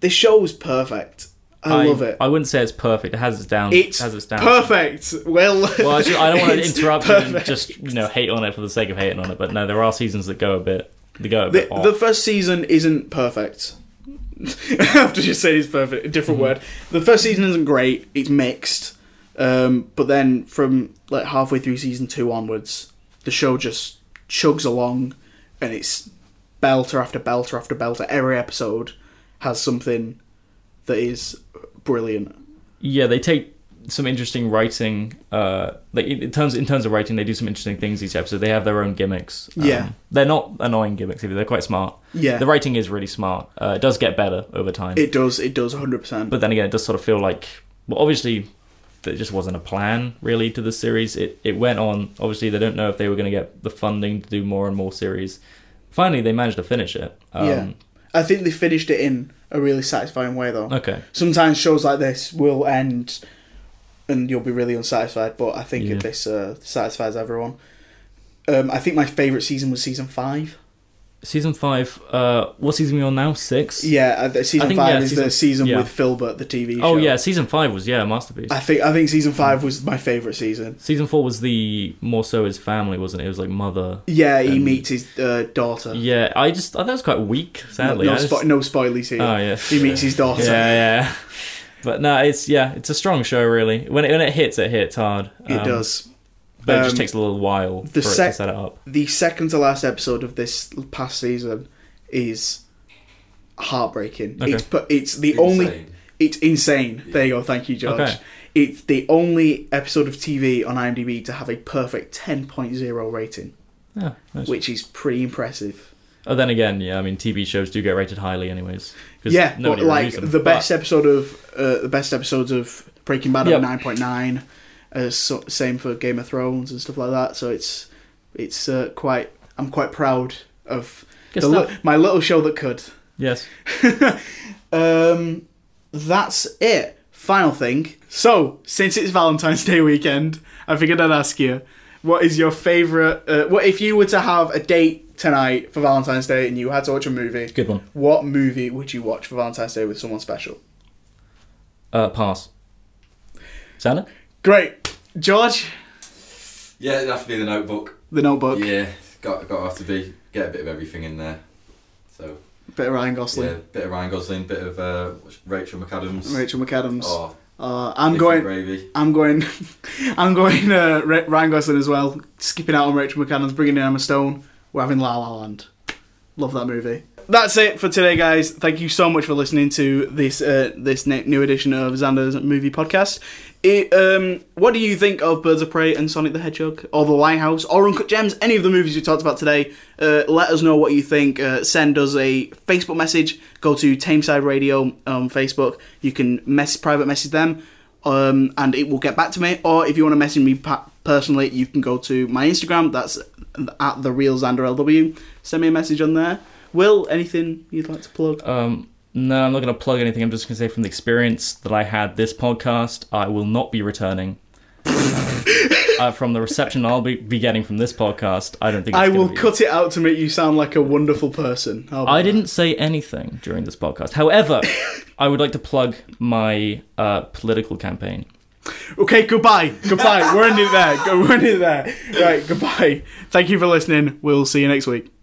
A: This show was perfect. I, love it.
B: I wouldn't say it's perfect. It has its down.
A: it's
B: has its down.
A: perfect. Well,
B: Well, I, just, I don't want to
A: it's
B: interrupt you and
A: perfect.
B: just you know hate on it for the sake of hating on it, but no, there are seasons that go a bit. They go a
A: The,
B: bit off.
A: the first season isn't perfect. After you say it's perfect, a
B: Mm-hmm.
A: different word. The first season isn't great. It's mixed, um, but then from like halfway through season two onwards, the show just chugs along, and it's belter after belter after belter. Every episode has something that is brilliant.
B: yeah, they take some interesting writing. Uh, like in in terms in terms of writing, they do some interesting things each episode. They have their own gimmicks. Um,
A: Yeah.
B: they're not annoying gimmicks either. They're quite smart.
A: Yeah.
B: the writing is really smart. Uh, it does get better over time,
A: It does. It does. One hundred percent.
B: but then again, it does sort of feel like well, obviously there just wasn't a plan really to the series. It it went on. Obviously, they don't know if they were going to get the funding to do more and more series. Finally, they managed to finish it. Um,
A: Yeah, I think they finished it in a really satisfying way, though.
B: Okay.
A: sometimes shows like this will end and you'll be really unsatisfied but i think
B: Yeah.
A: this uh, satisfies everyone um, i think my favourite season was season five
B: Season five. Uh, what season are we on now? Six.
A: yeah uh, the- season
B: I think,
A: five
B: yeah,
A: is
B: season-
A: the season
B: yeah.
A: with filbert the tv show
B: Oh yeah, season five was yeah a masterpiece.
A: i think i think season five was my favourite season
B: Season four was the more so his family, wasn't it? It was like mother.
A: yeah he
B: Um,
A: meets his uh, daughter
B: Yeah, I just I, that was quite weak. Sadly,
A: no,
B: I
A: no,
B: just-
A: spo- no spoilies here
B: oh yeah,
A: he meets his daughter
B: Yeah, yeah. But no, it's yeah, it's a strong show really. When it when it hits, it hits hard.
A: it
B: Um,
A: does
B: but it just
A: Um,
B: takes a little while for
A: the
B: it to
A: sec-
B: set it up.
A: the second to last episode of this past season is heartbreaking
B: Okay.
A: it's but it's the only
C: Insane.
A: It's insane. There you go. Thank you, George.
B: Okay.
A: It's the only episode of TV on IMDb to have a perfect 10.0 rating,
B: Yeah, nice.
A: which is pretty impressive.
B: Oh, then again, yeah, I mean, TV shows do get rated highly, anyways. 'cause
A: Yeah, but
B: nobody
A: like
B: reviews them,
A: the
B: but-
A: best episode of uh, the best episodes of Breaking Bad
B: Yep.
A: are 9.9. Uh, so, same for Game of Thrones and stuff like that. So it's it's uh, quite. I'm quite proud of
B: Good
A: the li-
B: stuff.
A: my little show that could.
B: Yes.
A: Um, that's it. Final thing. So, since it's Valentine's Day weekend, I figured I'd ask you, what is your favorite? Uh, what if you were to have a date tonight for Valentine's Day and you had to watch a movie?
B: Good one.
A: What movie would you watch for Valentine's Day with someone special?
B: Uh, pass. Santa?
A: Great. George,
C: Yeah, it'd have to be the notebook.
A: The Notebook.
C: Yeah, got got to have to be get a bit of everything in there. So
A: Bit of Ryan
C: yeah,
A: Gosling.
C: bit of Ryan Gosling, bit of uh, Rachel McAdams.
A: Rachel McAdams.
C: Oh,
A: Uh, I'm
C: different
A: going.
C: gravy.
A: I'm going. I'm going. Uh, Ra- Ryan Gosling as well. Skipping out on Rachel McAdams, bringing in Emma Stone. We're having La La Land. Love that movie. That's it for today, guys. Thank you so much for listening to this uh, this ne- new edition of Xander's Movie Podcast. It, um, what do you think of Birds of Prey and Sonic the Hedgehog, or The Lighthouse, or Uncut Gems? Any of the movies we talked about today? Uh, let us know what you think. Uh, send us a Facebook message. Go to Tameside Radio on Facebook. You can mess private message them um, and it will get back to me. Or if you want to message me pa- personally, you can go to my Instagram. That's at the real Xander LW. Send me a message on there. Will anything you'd like to plug?
B: Um, no, I'm not going to plug anything. I'm just going to say from the experience that I had this podcast, I will not be returning. uh, from the reception I'll be, be getting from this podcast, I don't think it's
A: I
B: gonna
A: will
B: be-
A: cut it out to make you sound like a wonderful person. How about
B: I didn't say anything during this podcast. However, I would like to plug my uh, political campaign.
A: that? Okay, goodbye. Goodbye. We're ending it there. Go- We're ending it there. Right, goodbye. Thank you for listening. We'll see you next week.